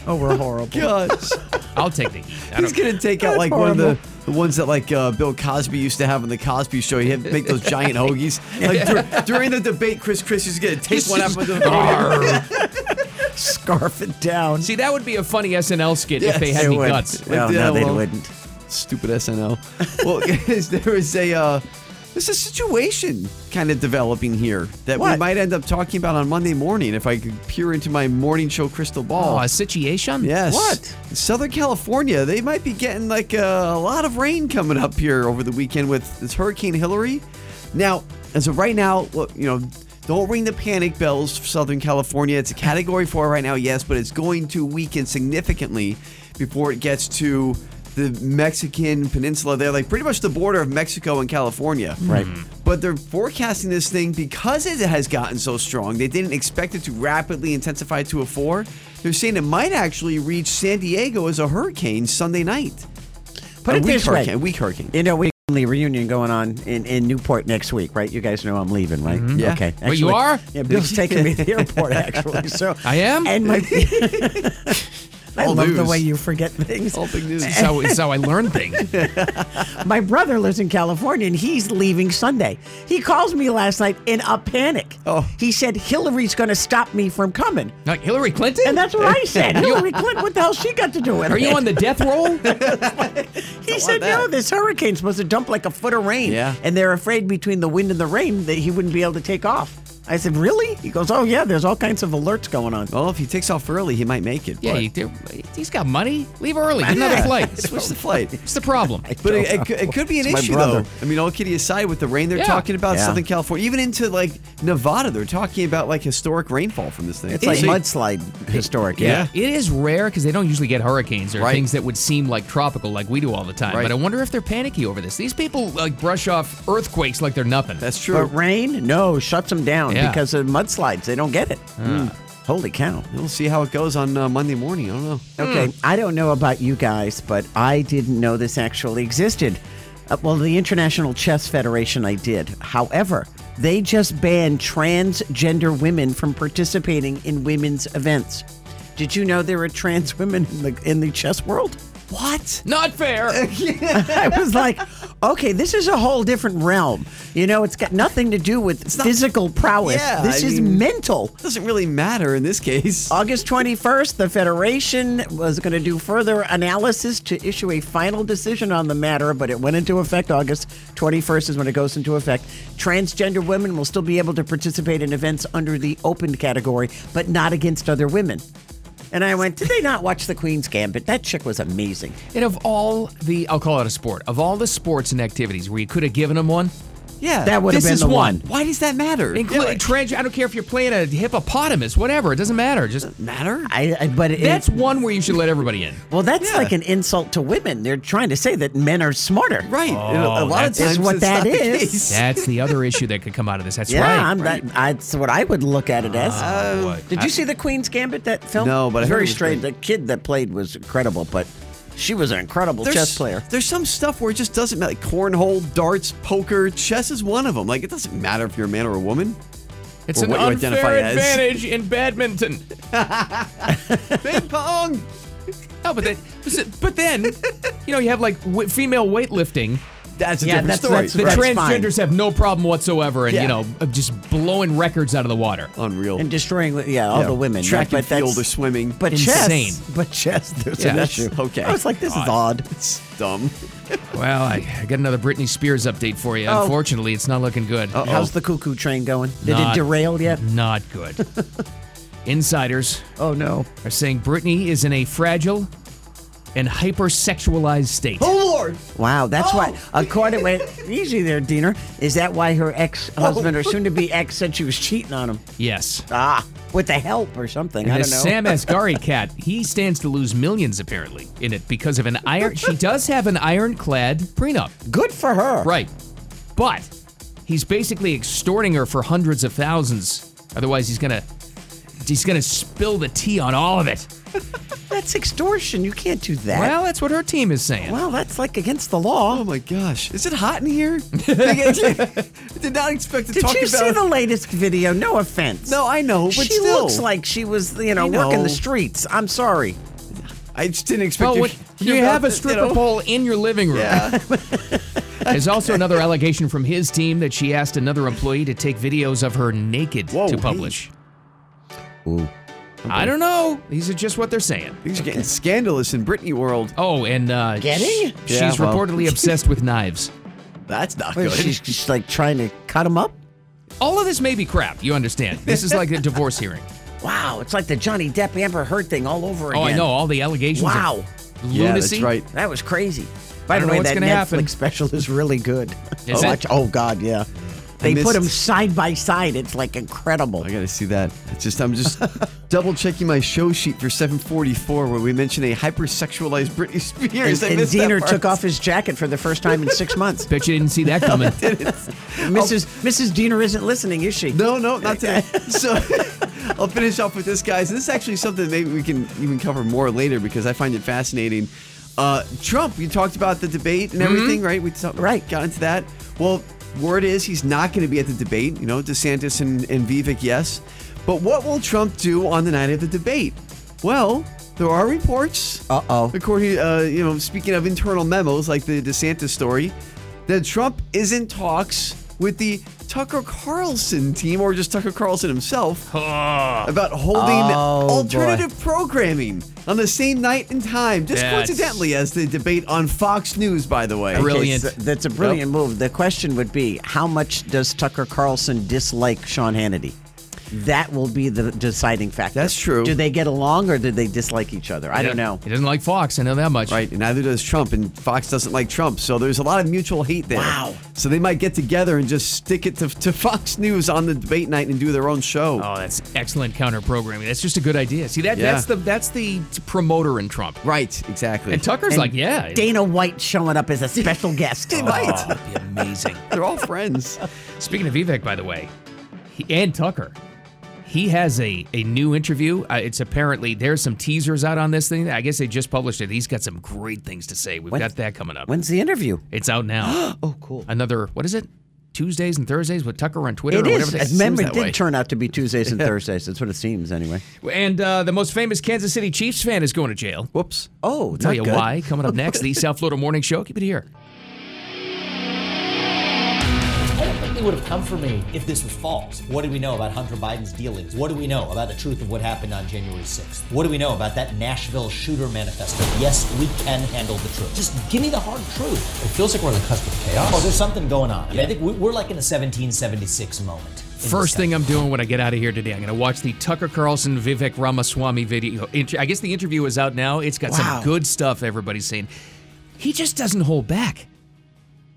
Speaker 4: Oh, we're horrible.
Speaker 12: Gosh.
Speaker 3: I'll take the heat. I
Speaker 12: He's
Speaker 3: don't care.
Speaker 12: gonna take out
Speaker 4: That's
Speaker 12: like one of the,
Speaker 4: horrible.
Speaker 12: the ones that like uh, Bill Cosby used to have on the Cosby Show. He had to make those giant hoagies. Like dur- during the debate, Chris Christie's gonna take one out of the
Speaker 3: Oh, Arr.
Speaker 4: Scarf it down.
Speaker 3: See, that would be a funny SNL skit if they had
Speaker 4: They
Speaker 3: any
Speaker 4: wouldn't.
Speaker 3: guts.
Speaker 4: No,
Speaker 12: Yeah,
Speaker 4: no, they
Speaker 12: well.
Speaker 4: wouldn't.
Speaker 12: Stupid SNL. Well, guys, there is a uh, there's a situation kind of developing here that we
Speaker 4: What?
Speaker 12: might end up talking about on Monday morning if I could peer into my morning show crystal ball.
Speaker 3: Oh, a situation?
Speaker 12: Yes.
Speaker 4: What?
Speaker 12: Southern California, they might be getting like uh, a, a lot of rain coming up here over the weekend with this Hurricane Hillary. Now, as of right now, look, you know, don't ring the panic bells for Southern California. It's a category four right now, yes, but it's going to weaken significantly before it gets to the Mexican peninsula there, like pretty much the border of Mexico and California.
Speaker 4: Right.
Speaker 12: But they're forecasting this thing because it has gotten so strong. They didn't expect it to rapidly intensify to a four. They're saying it might actually reach San Diego as a hurricane Sunday night.
Speaker 4: Put
Speaker 12: a
Speaker 4: it
Speaker 12: weak
Speaker 4: this
Speaker 12: hurricane,
Speaker 4: way.
Speaker 12: a weak hurricane.
Speaker 4: You know, we family reunion going on in, in Newport next week, right? You guys know I'm leaving, right?
Speaker 12: Yeah.
Speaker 4: Okay.
Speaker 3: Wait, Mm-hmm. you are?
Speaker 4: Yeah, Bill's taking me to the airport actually. So
Speaker 3: I am?
Speaker 4: And my I
Speaker 12: All
Speaker 4: love the
Speaker 12: news.
Speaker 4: way you forget things.
Speaker 3: Oh.
Speaker 12: All big news.
Speaker 3: It's how, it's how I learn things.
Speaker 4: My brother lives in California and he's leaving Sunday. He calls me last night in a panic.
Speaker 12: Oh.
Speaker 4: He said Hillary's going to stop me from coming.
Speaker 3: Like Hillary Clinton?
Speaker 4: And that's what I said. Hillary Clinton, what the hell she got to do with it?
Speaker 3: Are you on the death roll?
Speaker 4: He said,
Speaker 12: that.
Speaker 4: "No, this hurricane's supposed to dump like a foot of rain,
Speaker 12: Yeah.
Speaker 4: and they're afraid between the wind and the rain that he wouldn't be able to take off." I said, "Really?" He goes, "Oh yeah, there's all kinds of alerts going on."
Speaker 12: Well, if he takes off early, he might make it.
Speaker 3: Yeah,
Speaker 12: but-
Speaker 3: you do. he's got money. Leave early. Get another
Speaker 12: Yeah.
Speaker 3: flight.
Speaker 12: Switch the flight.
Speaker 3: What's the problem?
Speaker 12: But it, it, could- it could be an
Speaker 4: It's my
Speaker 12: issue,
Speaker 4: brother.
Speaker 12: though. I mean, all kidding aside, with the rain they're
Speaker 3: Yeah.
Speaker 12: talking about,
Speaker 4: Yeah.
Speaker 12: Southern California, even into like Nevada, they're talking about like historic rainfall from this thing.
Speaker 4: It's like
Speaker 12: So-
Speaker 4: mudslide historic.
Speaker 12: Yeah.
Speaker 3: It is rare because they don't usually get hurricanes or
Speaker 12: Right.
Speaker 3: things that would seem like tropical like we do all the time.
Speaker 12: Right.
Speaker 3: But I wonder if they're panicky over this. These people like brush off earthquakes like they're nothing.
Speaker 12: That's true.
Speaker 4: but rain, no, shuts them down
Speaker 3: Yeah.
Speaker 4: because of mudslides. They don't get it.
Speaker 12: Ah.
Speaker 4: Mm. Holy cow!
Speaker 12: We'll see how it goes on uh, Monday morning. I don't know.
Speaker 4: Okay,
Speaker 12: Hmm.
Speaker 4: I don't know about you guys, but I didn't know this actually existed. Uh, well, the International Chess Federation, I did. However, they just banned transgender women from participating in women's events. Did you know there are trans women in the in the chess world?
Speaker 12: What?
Speaker 3: not fair.
Speaker 4: I was like, okay, this is a whole different realm. You know, it's got nothing to do with
Speaker 12: not-
Speaker 4: physical prowess.
Speaker 12: Yeah,
Speaker 4: this
Speaker 12: I
Speaker 4: is
Speaker 12: mean-
Speaker 4: mental.
Speaker 12: Doesn't really matter in this case.
Speaker 4: August 21st, the Federation was going to do further analysis to issue a final decision on the matter, but it went into effect August 21st is when it goes into effect. Transgender women will still be able to participate in events under the open category, but not against other women. And I went, did they not watch the Queen's Gambit? That chick was amazing.
Speaker 3: and of all the, I'll call it a sport, of all the sports and activities where you could have given them one,
Speaker 12: Yeah.
Speaker 4: That would have
Speaker 3: This
Speaker 4: been
Speaker 3: is
Speaker 4: the
Speaker 3: one.
Speaker 12: Why does that matter?
Speaker 3: including
Speaker 12: Yeah.
Speaker 3: trans, I don't care if you're playing a hippopotamus, whatever, it doesn't matter. Just
Speaker 12: matter?
Speaker 4: I, I but it,
Speaker 3: that's one where you should let everybody in.
Speaker 4: well, that's
Speaker 12: Yeah.
Speaker 4: like an insult to women. They're trying to say that men are smarter.
Speaker 12: right. a lot
Speaker 4: that's-
Speaker 12: of times
Speaker 4: That's what
Speaker 12: it's
Speaker 4: that
Speaker 12: not the
Speaker 4: is.
Speaker 12: case.
Speaker 3: That's the other issue that could come out of this. That's
Speaker 4: Yeah,
Speaker 3: right. Oh,
Speaker 4: I'm That, that's what I would look at it as.
Speaker 3: boy.
Speaker 4: Uh, Did you see the Queen's Gambit that film?
Speaker 12: No, but I
Speaker 4: It's
Speaker 12: heard
Speaker 4: very
Speaker 12: it was
Speaker 4: strange.
Speaker 12: good.
Speaker 4: The kid that played was incredible, but she was an incredible chess player.
Speaker 12: There's some stuff where it just doesn't matter. Like cornhole, darts, poker, chess is one of them. Like it doesn't matter if you're a man or a woman.
Speaker 3: It's
Speaker 12: Or
Speaker 3: an
Speaker 12: what you
Speaker 3: unfair
Speaker 12: identify as.
Speaker 3: advantage in badminton.
Speaker 12: Ping pong.
Speaker 3: No, but then, but then, you know, you have like w- female weightlifting.
Speaker 12: that's a
Speaker 4: Yeah,
Speaker 12: different
Speaker 4: that's-
Speaker 12: story.
Speaker 4: that's-
Speaker 3: The
Speaker 4: Right.
Speaker 3: transgenders have no problem whatsoever, and
Speaker 4: Yeah.
Speaker 3: you know, of just blowing records out of the water.
Speaker 12: Unreal.
Speaker 4: and destroying yeah all
Speaker 12: Yeah,
Speaker 4: the women.
Speaker 12: track
Speaker 4: but
Speaker 12: and field
Speaker 4: that's-
Speaker 12: or swimming.
Speaker 4: But
Speaker 3: Insane.
Speaker 4: chess, but chess, there's
Speaker 3: Yeah,
Speaker 4: an
Speaker 3: that's-
Speaker 4: issue.
Speaker 12: okay.
Speaker 4: I was like, this is odd.
Speaker 12: It's dumb.
Speaker 3: Well, I, I got another Britney Spears update for you.
Speaker 4: Oh.
Speaker 3: Unfortunately, it's not looking good.
Speaker 4: How's the cuckoo train going? Did
Speaker 3: Not-
Speaker 4: it derail yet?
Speaker 3: Not good. Insiders
Speaker 4: Oh no!
Speaker 3: are saying Britney is in a fragile and hypersexualized state.
Speaker 12: Oh Lord!
Speaker 4: Wow, that's why. According, wait, easy there, Diener. Is that why her ex husband or soon to be ex said she was cheating on him?
Speaker 3: Yes.
Speaker 4: Ah, with the help or something. I
Speaker 3: And
Speaker 4: don't
Speaker 3: this
Speaker 4: know.
Speaker 3: Sam Asghari cat, he stands to lose millions apparently in it because of an iron. she does have an ironclad prenup,
Speaker 4: Good for her.
Speaker 3: right? But he's basically extorting her for hundreds of thousands. Otherwise, he's gonna he's gonna spill the tea on all of it.
Speaker 4: That's extortion. You can't do that.
Speaker 3: Well, that's what her team is saying.
Speaker 4: Wow, that's like against the law.
Speaker 12: Oh my gosh! Is it hot in here? I did not expect to
Speaker 4: Did
Speaker 12: talk
Speaker 4: you
Speaker 12: about.
Speaker 4: see the latest video? No offense.
Speaker 12: No, I know, but
Speaker 4: she
Speaker 12: still.
Speaker 4: looks like she was, you know,
Speaker 12: I know.
Speaker 4: working the streets. I'm sorry.
Speaker 12: I just didn't expect.
Speaker 4: Oh,
Speaker 3: Well,
Speaker 12: to
Speaker 3: what,
Speaker 12: hear
Speaker 3: you
Speaker 12: about
Speaker 3: have a
Speaker 12: the- you
Speaker 3: stripper
Speaker 12: know.
Speaker 3: pole in your living room.
Speaker 12: Yeah.
Speaker 3: There's also another allegation from his team that she asked another employee to take videos of her naked
Speaker 12: Whoa,
Speaker 3: to
Speaker 12: hey.
Speaker 3: publish. I don't know. These are just what they're saying.
Speaker 12: Things are getting scandalous in Britney world.
Speaker 3: Oh, and uh,
Speaker 4: Getting?
Speaker 3: sh-
Speaker 12: Yeah,
Speaker 3: she's
Speaker 12: well.
Speaker 3: reportedly obsessed with knives.
Speaker 12: That's not
Speaker 4: Wait,
Speaker 12: good.
Speaker 4: she's just like trying to cut him up.
Speaker 3: All of this may be crap. You understand? This is like a divorce hearing.
Speaker 4: Wow, it's like the Johnny Depp Amber Heard thing all over again.
Speaker 3: Oh, I know all the allegations. of
Speaker 4: Wow.
Speaker 3: lunacy.
Speaker 12: yeah, that's right.
Speaker 4: That was crazy. By
Speaker 3: I
Speaker 4: the
Speaker 3: don't know
Speaker 4: way,
Speaker 3: what's
Speaker 4: that Netflix
Speaker 3: gonna happen.
Speaker 4: special is really good.
Speaker 3: Is
Speaker 4: oh,
Speaker 3: it?
Speaker 4: watch- oh, God, yeah. They
Speaker 12: missed-
Speaker 4: put them side by side. It's like incredible.
Speaker 12: I gotta see that. It's just I'm just double checking my show sheet for 744 where we mention a hypersexualized Britney Spears.
Speaker 4: And,
Speaker 12: I
Speaker 4: and
Speaker 12: missed that
Speaker 4: Diener
Speaker 12: part.
Speaker 4: took off his jacket for the first time in six months.
Speaker 3: Bet you didn't see that coming.
Speaker 12: Oh.
Speaker 4: Mrs. Mrs. Diener isn't listening, is she?
Speaker 12: No, no, not today. so I'll finish up with this, guys. This is actually something maybe we can even cover more later because I find it fascinating. Uh, Trump, we talked about the debate and everything, right? We talked,
Speaker 4: Mm-hmm. Right.
Speaker 12: got into that. Well, word is he's not going to be at the debate. You know, DeSantis and, and Vivek, yes. But what will Trump do on the night of the debate? Well, there are reports.
Speaker 4: Uh-oh.
Speaker 12: According, uh, you know, speaking of internal memos like the DeSantis story, that Trump is in talks with the Tucker Carlson team, or just Tucker Carlson himself, about holding
Speaker 4: Oh, boy.
Speaker 12: alternative programming on the same night and time, just
Speaker 3: That's-
Speaker 12: coincidentally as the debate on Fox News, by the way.
Speaker 3: Brilliant.
Speaker 4: Okay, so uh, that's a brilliant move. The question would be how much does Tucker Carlson dislike Sean Hannity? That will be the deciding factor.
Speaker 12: That's true.
Speaker 4: Do they get along or do they dislike each other? I don't know.
Speaker 3: He doesn't like Fox. I know that much.
Speaker 12: Right, and neither does Trump, and Fox doesn't like Trump. So there's a lot of mutual hate there.
Speaker 4: Wow.
Speaker 12: So they might get together and just stick it to, to Fox News on the debate night and do their own show.
Speaker 3: Oh, that's excellent counter programming. That's just a good idea. See that?
Speaker 12: Yeah.
Speaker 3: That's the that's the promoter in Trump.
Speaker 12: Right, exactly.
Speaker 3: And Tucker's
Speaker 4: And
Speaker 3: like, yeah,
Speaker 4: Dana White showing up as a special guest.
Speaker 3: Oh, that'd be amazing.
Speaker 12: They're all friends.
Speaker 3: Speaking of Vivek, by the way, he, and Tucker, he has a, a new interview. Uh, it's apparently there's some teasers out on this thing. I guess they just published it. He's got some great things to say. We've
Speaker 4: When-
Speaker 3: got that coming up.
Speaker 4: When's the interview?
Speaker 3: It's out now.
Speaker 4: Oh, cool.
Speaker 3: Another what is it? Tuesdays and Thursdays with Tucker on Twitter
Speaker 4: It
Speaker 3: or whatever.
Speaker 4: is.
Speaker 3: they-
Speaker 4: I remember,
Speaker 3: seems
Speaker 4: it
Speaker 3: that
Speaker 4: did
Speaker 3: way.
Speaker 4: turn out to be Tuesdays and Thursdays. That's what it seems, anyway.
Speaker 3: And uh, the most famous Kansas City Chiefs fan is going to jail.
Speaker 12: Whoops.
Speaker 4: Oh,
Speaker 3: I'll tell
Speaker 4: not
Speaker 3: you
Speaker 4: good.
Speaker 3: why. Coming up next, the South Florida Morning Show. Keep it here.
Speaker 13: I don't think they would have come for me if this was false. What do we know about Hunter Biden's dealings? What do we know about the truth of what happened on January 6th? What do we know about that Nashville shooter manifesto? Yes, we can handle the truth. Just give me the hard truth. It feels like we're on the cusp of chaos. Oh, there's something going on. I think we- we're like in a 1776 moment. in this
Speaker 3: First thing
Speaker 13: country.
Speaker 3: I'm doing when I get out of here today, I'm going to watch the Tucker Carlson Vivek Ramaswamy video. Inter- I guess the interview is out now. It's got
Speaker 4: Wow.
Speaker 3: some good stuff everybody's saying. He just doesn't hold back.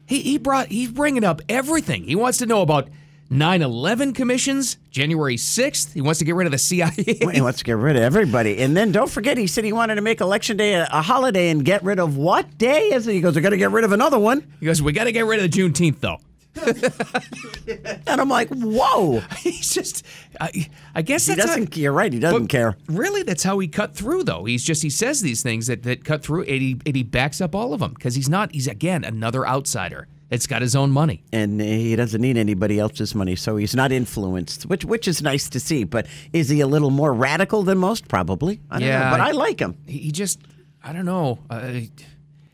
Speaker 3: He he brought he's bringing up everything. He wants to know about 9/11 commissions, January 6th. He wants to get rid of the CIA.
Speaker 4: He wants to get rid of everybody. And then don't forget, he said he wanted to make Election Day a, a holiday and get rid of what day is it? He goes, they're going to get rid of another one.
Speaker 3: He goes, "We got to get rid of the Juneteenth though."
Speaker 4: And I'm like, whoa.
Speaker 3: He's just I, I guess
Speaker 4: He
Speaker 3: that's how-
Speaker 4: doesn't, you're right, he doesn't
Speaker 3: But
Speaker 4: care.
Speaker 3: Really, that's how he cut through, though. He's just he says these things that, that cut through, and he, and he backs up all of them because he's not. He's again another outsider. It's got his own money.
Speaker 4: and he doesn't need anybody else's money, so he's not influenced, which which is nice to see. But is he a little more radical than most? Probably. I don't
Speaker 3: Yeah,
Speaker 4: know, but
Speaker 3: I-
Speaker 4: I like him.
Speaker 3: He, he just I don't know. Uh, he-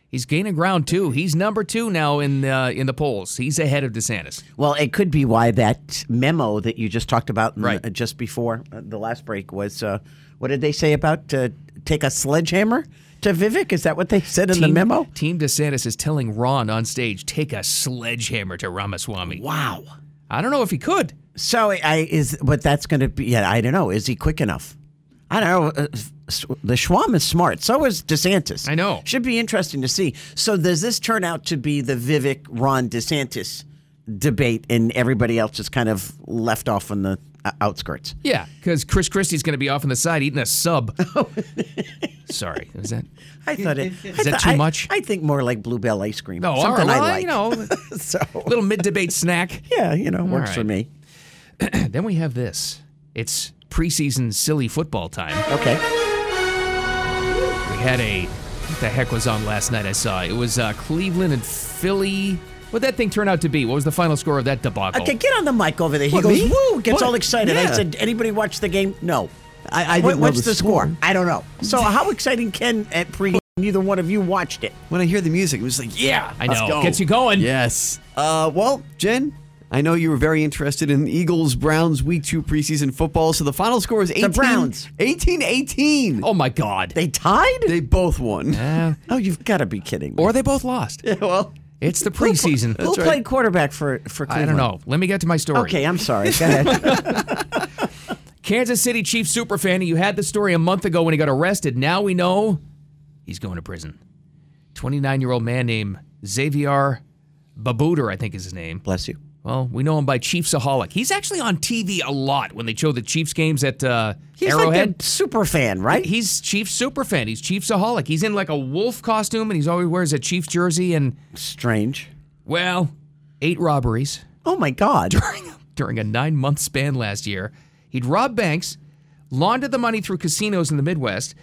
Speaker 3: He's gaining ground too. He's number two now in the in the polls. He's ahead of DeSantis.
Speaker 4: Well, it could be why that memo that you just talked about right. the, just before uh, the last break was uh, what did they say about uh, take a sledgehammer to Vivek? Is that what they said in
Speaker 3: Team,
Speaker 4: the memo?
Speaker 3: Team DeSantis is telling Ron on stage, take a sledgehammer to Ramaswamy.
Speaker 4: Wow.
Speaker 3: I don't know if he could.
Speaker 4: So I is but that's going to be. Yeah, I don't know. Is he quick enough? I don't know. Uh, The Schwam is smart. So is DeSantis.
Speaker 3: I know.
Speaker 4: Should be interesting to see. So does this turn out to be the Vivek Ron DeSantis debate, and everybody else is kind of left off on the uh, outskirts?
Speaker 3: Yeah, because Chris Christie's going to be off on the side eating a sub. Sorry, is that?
Speaker 4: I thought it.
Speaker 3: Is
Speaker 4: I
Speaker 3: that
Speaker 4: thought,
Speaker 3: too much?
Speaker 4: I, I think more like Bluebell ice cream.
Speaker 3: No,
Speaker 4: something
Speaker 3: all
Speaker 4: I like.
Speaker 3: right, You know,
Speaker 4: so
Speaker 3: little mid-debate snack.
Speaker 4: Yeah, you know,
Speaker 3: All
Speaker 4: works for
Speaker 3: right.
Speaker 4: me.
Speaker 3: then we have this. It's preseason silly football time.
Speaker 4: Okay.
Speaker 3: We had a what the heck was on last night? I saw it was uh, Cleveland and Philly. What that thing turn out to be? What was the final score of that debacle?
Speaker 4: Okay, get on the mic over there. He
Speaker 12: What,
Speaker 4: goes,
Speaker 12: me?
Speaker 4: woo, gets
Speaker 12: What?
Speaker 4: all excited. I
Speaker 12: Yeah.
Speaker 4: said, anybody watch the game? No.
Speaker 12: I, I didn't
Speaker 4: What-
Speaker 12: know
Speaker 4: what's
Speaker 12: the
Speaker 4: the score? I don't know. So how exciting can at pre? Neither one of you watched it.
Speaker 12: When I hear the music, it was like, yeah,
Speaker 3: I
Speaker 12: let's
Speaker 3: know.
Speaker 12: go.
Speaker 3: Gets you going.
Speaker 12: Yes. Uh, well, Jen, I know you were very interested in Eagles Browns Week Two preseason football. So the final score is 18,
Speaker 4: Browns.
Speaker 12: 18-18.
Speaker 3: Oh my God!
Speaker 4: They tied?
Speaker 12: They both won.
Speaker 3: Uh,
Speaker 4: oh, you've got to be kidding me.
Speaker 3: or they both lost.
Speaker 12: Yeah, well,
Speaker 3: It's the preseason.
Speaker 4: Who played quarterback for for
Speaker 3: I
Speaker 4: Cleveland?
Speaker 3: don't know. Let me get to my story.
Speaker 4: Okay, I'm sorry. Go ahead.
Speaker 3: Kansas City Chiefs superfan. You had the story a month ago when he got arrested. Now we know he's going to prison. 29 year old man named Xavier Babuder, I think is his name.
Speaker 4: Bless you.
Speaker 3: Well, we know him by Chiefsaholic. He's actually on TV a lot when they show the Chiefs games at uh,
Speaker 4: He's
Speaker 3: Arrowhead.
Speaker 4: like a super fan, right?
Speaker 3: He's Chiefs super fan. He's Chiefsaholic. He's in like a wolf costume and he's always wears a Chiefs jersey and
Speaker 4: Strange.
Speaker 3: well, eight robberies
Speaker 4: Oh my God.
Speaker 3: during a nine month span last year. He'd robbed banks, laundered the money through casinos in the Midwest.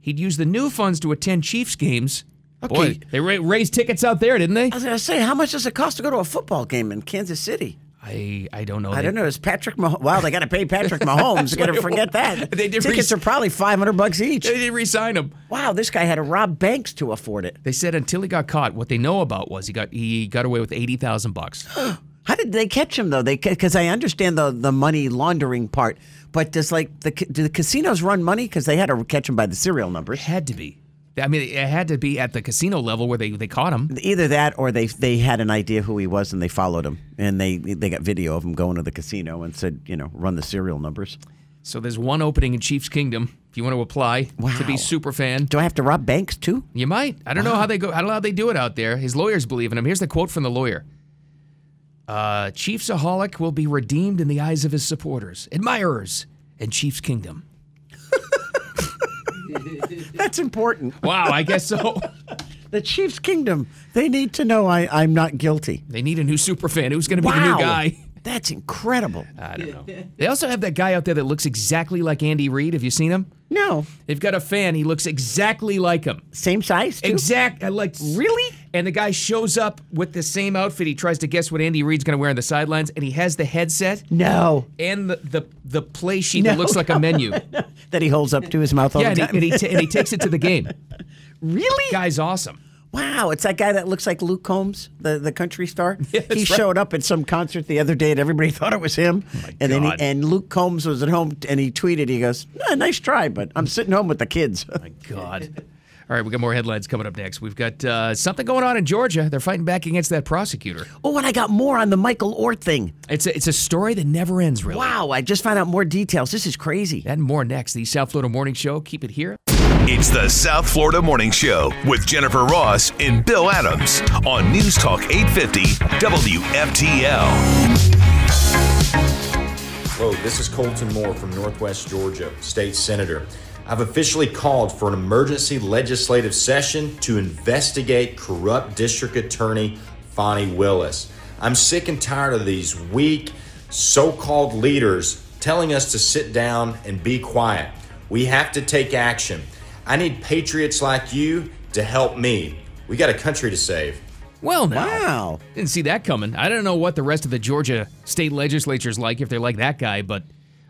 Speaker 3: He'd used the new funds to attend Chiefs games. Boy,
Speaker 4: Okay. Uh,
Speaker 3: they ra- raised tickets out there, didn't they?
Speaker 4: I was gonna say, how much does it cost to go to a football game in Kansas City?
Speaker 3: I I don't know.
Speaker 4: I
Speaker 3: They-
Speaker 4: don't know. Is Patrick Mahomes? Wow, they got to pay Patrick Mahomes. Got to forget that.
Speaker 3: They did
Speaker 4: Tickets
Speaker 3: re-
Speaker 4: are probably five hundred bucks each.
Speaker 3: They didn't re-sign him.
Speaker 4: Wow, this guy had to rob banks to afford it.
Speaker 3: They said until he got caught, what they know about was he got he got away with eighty thousand bucks.
Speaker 4: How did they catch him though? They because I understand the the money laundering part, but does like the ca- do the casinos run money? Because they had to catch him by the serial numbers.
Speaker 3: had to be. I mean, it had to be at the casino level where they, they caught him.
Speaker 4: Either that, or they they had an idea who he was and they followed him, and they they got video of him going to the casino and said, you know, run the serial numbers.
Speaker 3: So there's one opening in Chiefs Kingdom. If you want to apply to be
Speaker 4: Wow.
Speaker 3: super fan,
Speaker 4: Do I have to rob banks too?
Speaker 3: you might. I don't know how they go. I don't know how they do it out there. His lawyers believe in him. Here's the quote from the lawyer: uh, "Chiefsaholic will be redeemed in the eyes of his supporters, admirers, and Chiefs Kingdom."
Speaker 4: That's important.
Speaker 3: Wow, I guess so.
Speaker 4: The Chiefs Kingdom, they need to know I, I'm not guilty.
Speaker 3: they need a new super fan. Who's going to be the new guy? Uh,
Speaker 4: That's incredible.
Speaker 3: I don't know. They also have that guy out there that looks exactly like Andy Reid. Have you seen him?
Speaker 4: No.
Speaker 3: They've got a fan. He looks exactly like him.
Speaker 4: Same size? Too?
Speaker 3: Exact. I like
Speaker 4: Really?
Speaker 3: And the guy shows up with the same outfit. He tries to guess what Andy Reid's going to wear on the sidelines, and he has the headset
Speaker 4: No.
Speaker 3: and the the, the play sheet that
Speaker 4: No.
Speaker 3: looks like a menu.
Speaker 4: That he holds up to his mouth all
Speaker 3: yeah, and
Speaker 4: the
Speaker 3: he,
Speaker 4: time.
Speaker 3: and, he ta- and he takes it to the game.
Speaker 4: really?
Speaker 3: Guy's awesome.
Speaker 4: Wow, it's that guy that looks like Luke Combs, the, the country star. he
Speaker 3: Yeah, that's right. Oh
Speaker 4: showed up at some concert the other day and everybody thought it was him. and then he,
Speaker 3: God.
Speaker 4: and Luke Combs was at home and he tweeted, he goes, "Ah, nice try, but I'm sitting home with the kids.
Speaker 3: Oh God. All right, we got more headlines coming up next. We've got uh, something going on in Georgia. They're fighting back against that prosecutor.
Speaker 4: oh, and I got more on the Michael Orr thing.
Speaker 3: It's a, it's a story that never ends, really.
Speaker 4: Wow, I just found out more details. This is crazy.
Speaker 3: And more next. The South Florida Morning Show. Keep it here.
Speaker 1: It's the South Florida Morning Show with Jennifer Ross and Bill Adams on News Talk 850 WFTL.
Speaker 2: Hello, this is Colton Moore from Northwest Georgia, State Senator. I've officially called for an emergency legislative session to investigate corrupt District Attorney Fonnie Willis. I'm sick and tired of these weak, so called leaders telling us to sit down and be quiet. We have to take action. I need patriots like you to help me. We got a country to save.
Speaker 3: Well, now.
Speaker 4: Wow.
Speaker 3: Didn't see that coming. I don't know what the rest of the Georgia state legislature's like if they're like that guy, but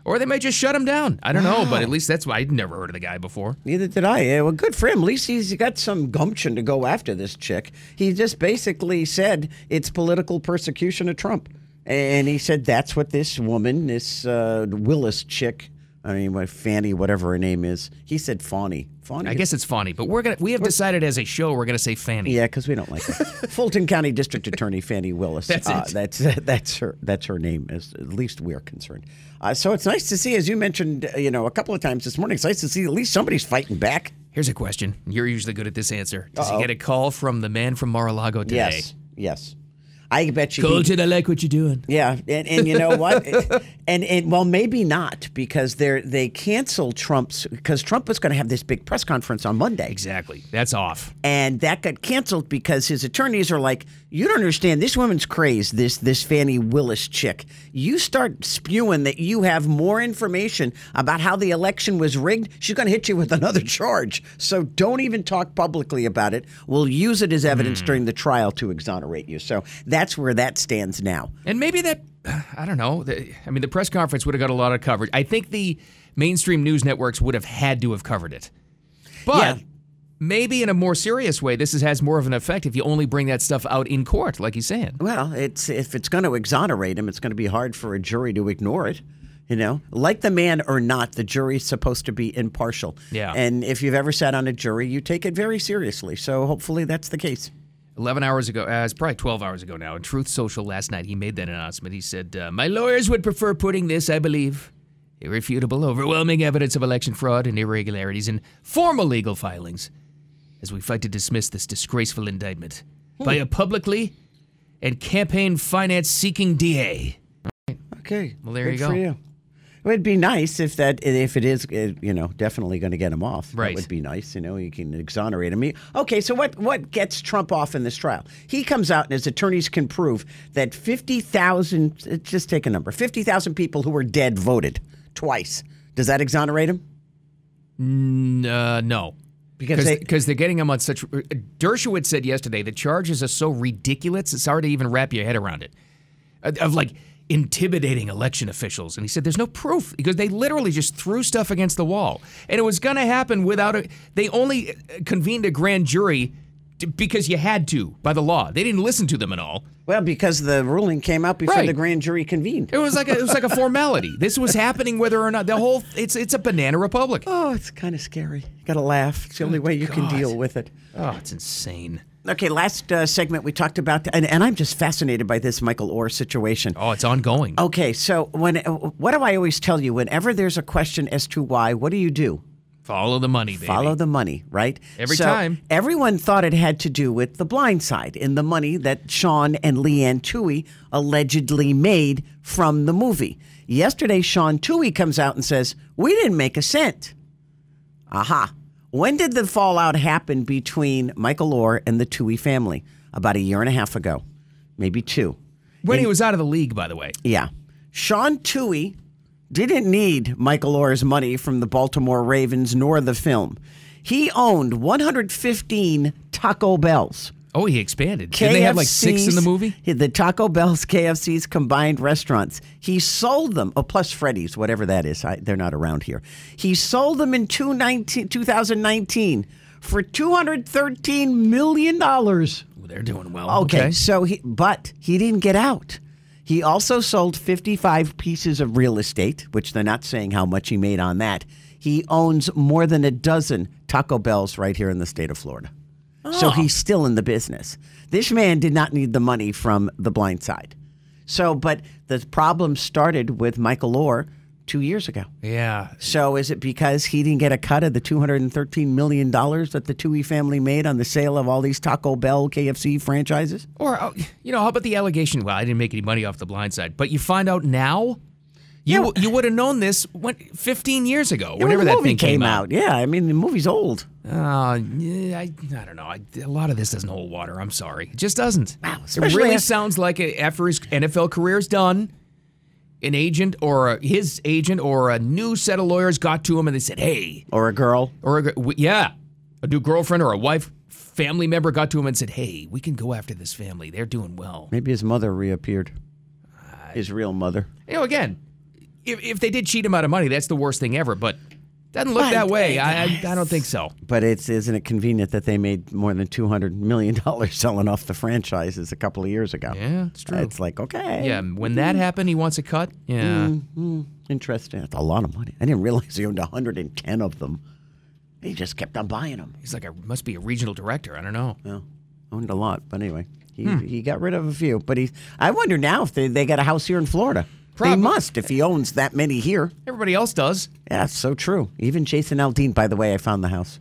Speaker 3: Or they might just shut him down. I don't know, but at least that's why I'd never heard of the guy before.
Speaker 4: Neither did I. Yeah, well, good for him. At least he's got some gumption to go after this chick. He just basically said it's political persecution of Trump. And he said that's what this woman, this uh, Willis chick, I mean, what Fanny, whatever her name is, he said Fawny. Fawny.
Speaker 3: I guess it's Fawny, but we're gonna we have decided as a show we're gonna say Fanny.
Speaker 4: Yeah, because we don't like her. Fulton County District Attorney Fannie Willis.
Speaker 3: That's
Speaker 4: Uh,
Speaker 3: it.
Speaker 4: that's that's her. That's her name. As at least we're concerned. Uh, so it's nice to see, as you mentioned, uh, you know, a couple of times this morning. It's nice to see at least somebody's fighting back.
Speaker 3: Here's a question. You're usually good at this answer. Does
Speaker 4: Uh-oh.
Speaker 3: he get a call from the man from Mar-a-Lago today?
Speaker 4: Yes. Yes. I bet you.
Speaker 3: Coach,
Speaker 4: he-
Speaker 3: and I like what you're doing.
Speaker 4: Yeah, and, and you know what? and and well, maybe not because they're they canceled Trump's because Trump was going to have this big press conference on Monday.
Speaker 3: Exactly. That's off.
Speaker 4: and that got canceled because his attorneys are like, "You don't understand. This woman's crazed. This this Fannie Willis chick. You start spewing that you have more information about how the election was rigged. She's going to hit you with another charge. So don't even talk publicly about it. We'll use it as evidence during the trial to exonerate you. So that's where that stands now.
Speaker 3: And maybe that, I don't know. The, I mean, the press conference would have got a lot of coverage. I think the mainstream news networks would have had to have covered it. But
Speaker 4: Yeah.
Speaker 3: maybe in a more serious way, this is, has more of an effect if you only bring that stuff out in court, like he's saying.
Speaker 4: Well, it's if it's going to exonerate him, it's going to be hard for a jury to ignore it. You know, like the man or not, the jury's supposed to be impartial.
Speaker 3: Yeah.
Speaker 4: And if you've ever sat on a jury, you take it very seriously. So hopefully that's the case.
Speaker 3: 11 hours ago, uh, it's probably 12 hours ago now, in Truth Social last night, he made that announcement. He said, uh, My lawyers would prefer putting this, I believe, irrefutable, overwhelming evidence of election fraud and irregularities in formal legal filings as we fight to dismiss this disgraceful indictment by a publicly and campaign finance seeking DA.
Speaker 4: Okay.
Speaker 3: Well, there
Speaker 4: Good
Speaker 3: you
Speaker 4: For
Speaker 3: go.
Speaker 4: you. It would be nice if that if it is uh, you know definitely going to get him off.
Speaker 3: Right.
Speaker 4: That would be nice. You know, you can exonerate him. He- Okay, so what what gets Trump off in this trial? He comes out and his attorneys can prove that fifty thousand. eh, Just take a number. Fifty thousand people who were dead voted twice. Does that exonerate him?
Speaker 3: N- uh, no.
Speaker 4: Because
Speaker 3: Because
Speaker 4: they-
Speaker 3: they, are getting him on such. uh, Dershowitz said yesterday the charges are so ridiculous, it's hard to even wrap your head around it. Uh, Of like intimidating election officials. And he said there's no proof because they literally just threw stuff against the wall. And it was going to happen without a. They only uh, convened a grand jury t- because you had to by the law. They didn't listen to them at all.
Speaker 4: Well, because the ruling came out before
Speaker 3: Right.
Speaker 4: the grand jury convened.
Speaker 3: It was like a, it was like a formality. This was happening whether or not the whole it's it's a banana republic.
Speaker 4: Oh, it's kind of scary. You got to laugh. It's the only way you
Speaker 3: God.
Speaker 4: can deal with it.
Speaker 3: Oh, it's insane.
Speaker 4: Okay, last uh, segment we talked about, and, and I'm just fascinated by this Michael Orr situation.
Speaker 3: Oh, it's ongoing.
Speaker 4: Okay, so when what do I always tell you? Whenever there's a question as to why, what do you do?
Speaker 3: Follow the money, baby.
Speaker 4: Follow the money, right?
Speaker 3: Every
Speaker 4: So
Speaker 3: time.
Speaker 4: Everyone thought it had to do with the blind side and the money that Sean and Leanne Tui allegedly made from the movie. Yesterday, Sean Tui comes out and says, We didn't make a cent. Aha. When did the fallout happen between Michael Orr and the Tui family? About a year and a half ago, maybe two.
Speaker 3: When he was out of the league, by the way.
Speaker 4: Yeah. Sean Tui didn't need Michael Orr's money from the Baltimore Ravens nor the film. He owned 115 Taco Bells.
Speaker 3: Oh, he expanded. Did they have like six in the
Speaker 4: KFCs
Speaker 3: movie?
Speaker 4: The Taco Bell's, KFC's combined restaurants. He sold them, oh, plus Freddy's, whatever that is. I, they're not around here. He sold them in 2019 2019 for $213 million.
Speaker 3: Well, they're doing well.
Speaker 4: Okay, so he but he didn't get out. He also sold 55 pieces of real estate, which they're not saying how much he made on that. He owns more than a dozen Taco Bells right here in the state of Florida. So he's still in the business. This man did not need the money from the blind side. So, but the problem started with Michael Orr two years ago.
Speaker 3: Yeah.
Speaker 4: So is it because he didn't get a cut of the two hundred and thirteen million dollars that the Tui family made on the sale of all these Taco Bell, KFC franchises?
Speaker 3: Or, uh, you know, how about the allegation? Well, I didn't make any money off the blind side, but you find out now? You, you would have known this when, 15 years ago,
Speaker 4: Yeah, when
Speaker 3: whenever
Speaker 4: the
Speaker 3: that
Speaker 4: movie
Speaker 3: thing
Speaker 4: came out. Yeah, I mean the movie's old.
Speaker 3: Uh, yeah, I, I don't know. I, a lot of this doesn't hold water. I'm sorry. It just doesn't. Wow. It
Speaker 4: especially
Speaker 3: really
Speaker 4: af-
Speaker 3: sounds like a, after his NFL career's done, an agent or a, his agent or a new set of lawyers got to him and they said, hey,
Speaker 4: Or a girl.
Speaker 3: or a, gr- w- yeah, a new girlfriend or a wife, family member got to him and said, "Hey, we can go after this family. They're doing well."
Speaker 4: Maybe his mother reappeared. His real mother.
Speaker 3: You know, again, if, if they did cheat him out of money, that's the worst thing ever. But doesn't look
Speaker 4: My
Speaker 3: that way. I, I I don't think so.
Speaker 4: But it's isn't it convenient that they made more than two hundred million dollars selling off the franchises a couple of years ago?
Speaker 3: Yeah, it's true.
Speaker 4: It's like okay,
Speaker 3: Yeah, when
Speaker 4: Mm-hmm.
Speaker 3: that happened, he wants a cut. Yeah.
Speaker 4: Mhm. interesting. That's a lot of money. I didn't realize he owned one hundred and ten of them. He just kept on buying them.
Speaker 3: He's like, I must be a regional director. I don't know.
Speaker 4: Yeah, owned a lot. But anyway, he
Speaker 3: Hmm.
Speaker 4: he got rid of a few. But he, I wonder now if they, they got a house here in Florida. They
Speaker 3: Probably.
Speaker 4: must if he owns that many here.
Speaker 3: Everybody else does.
Speaker 4: Yeah, it's so true. Even Jason Aldean, by the way, I found the house.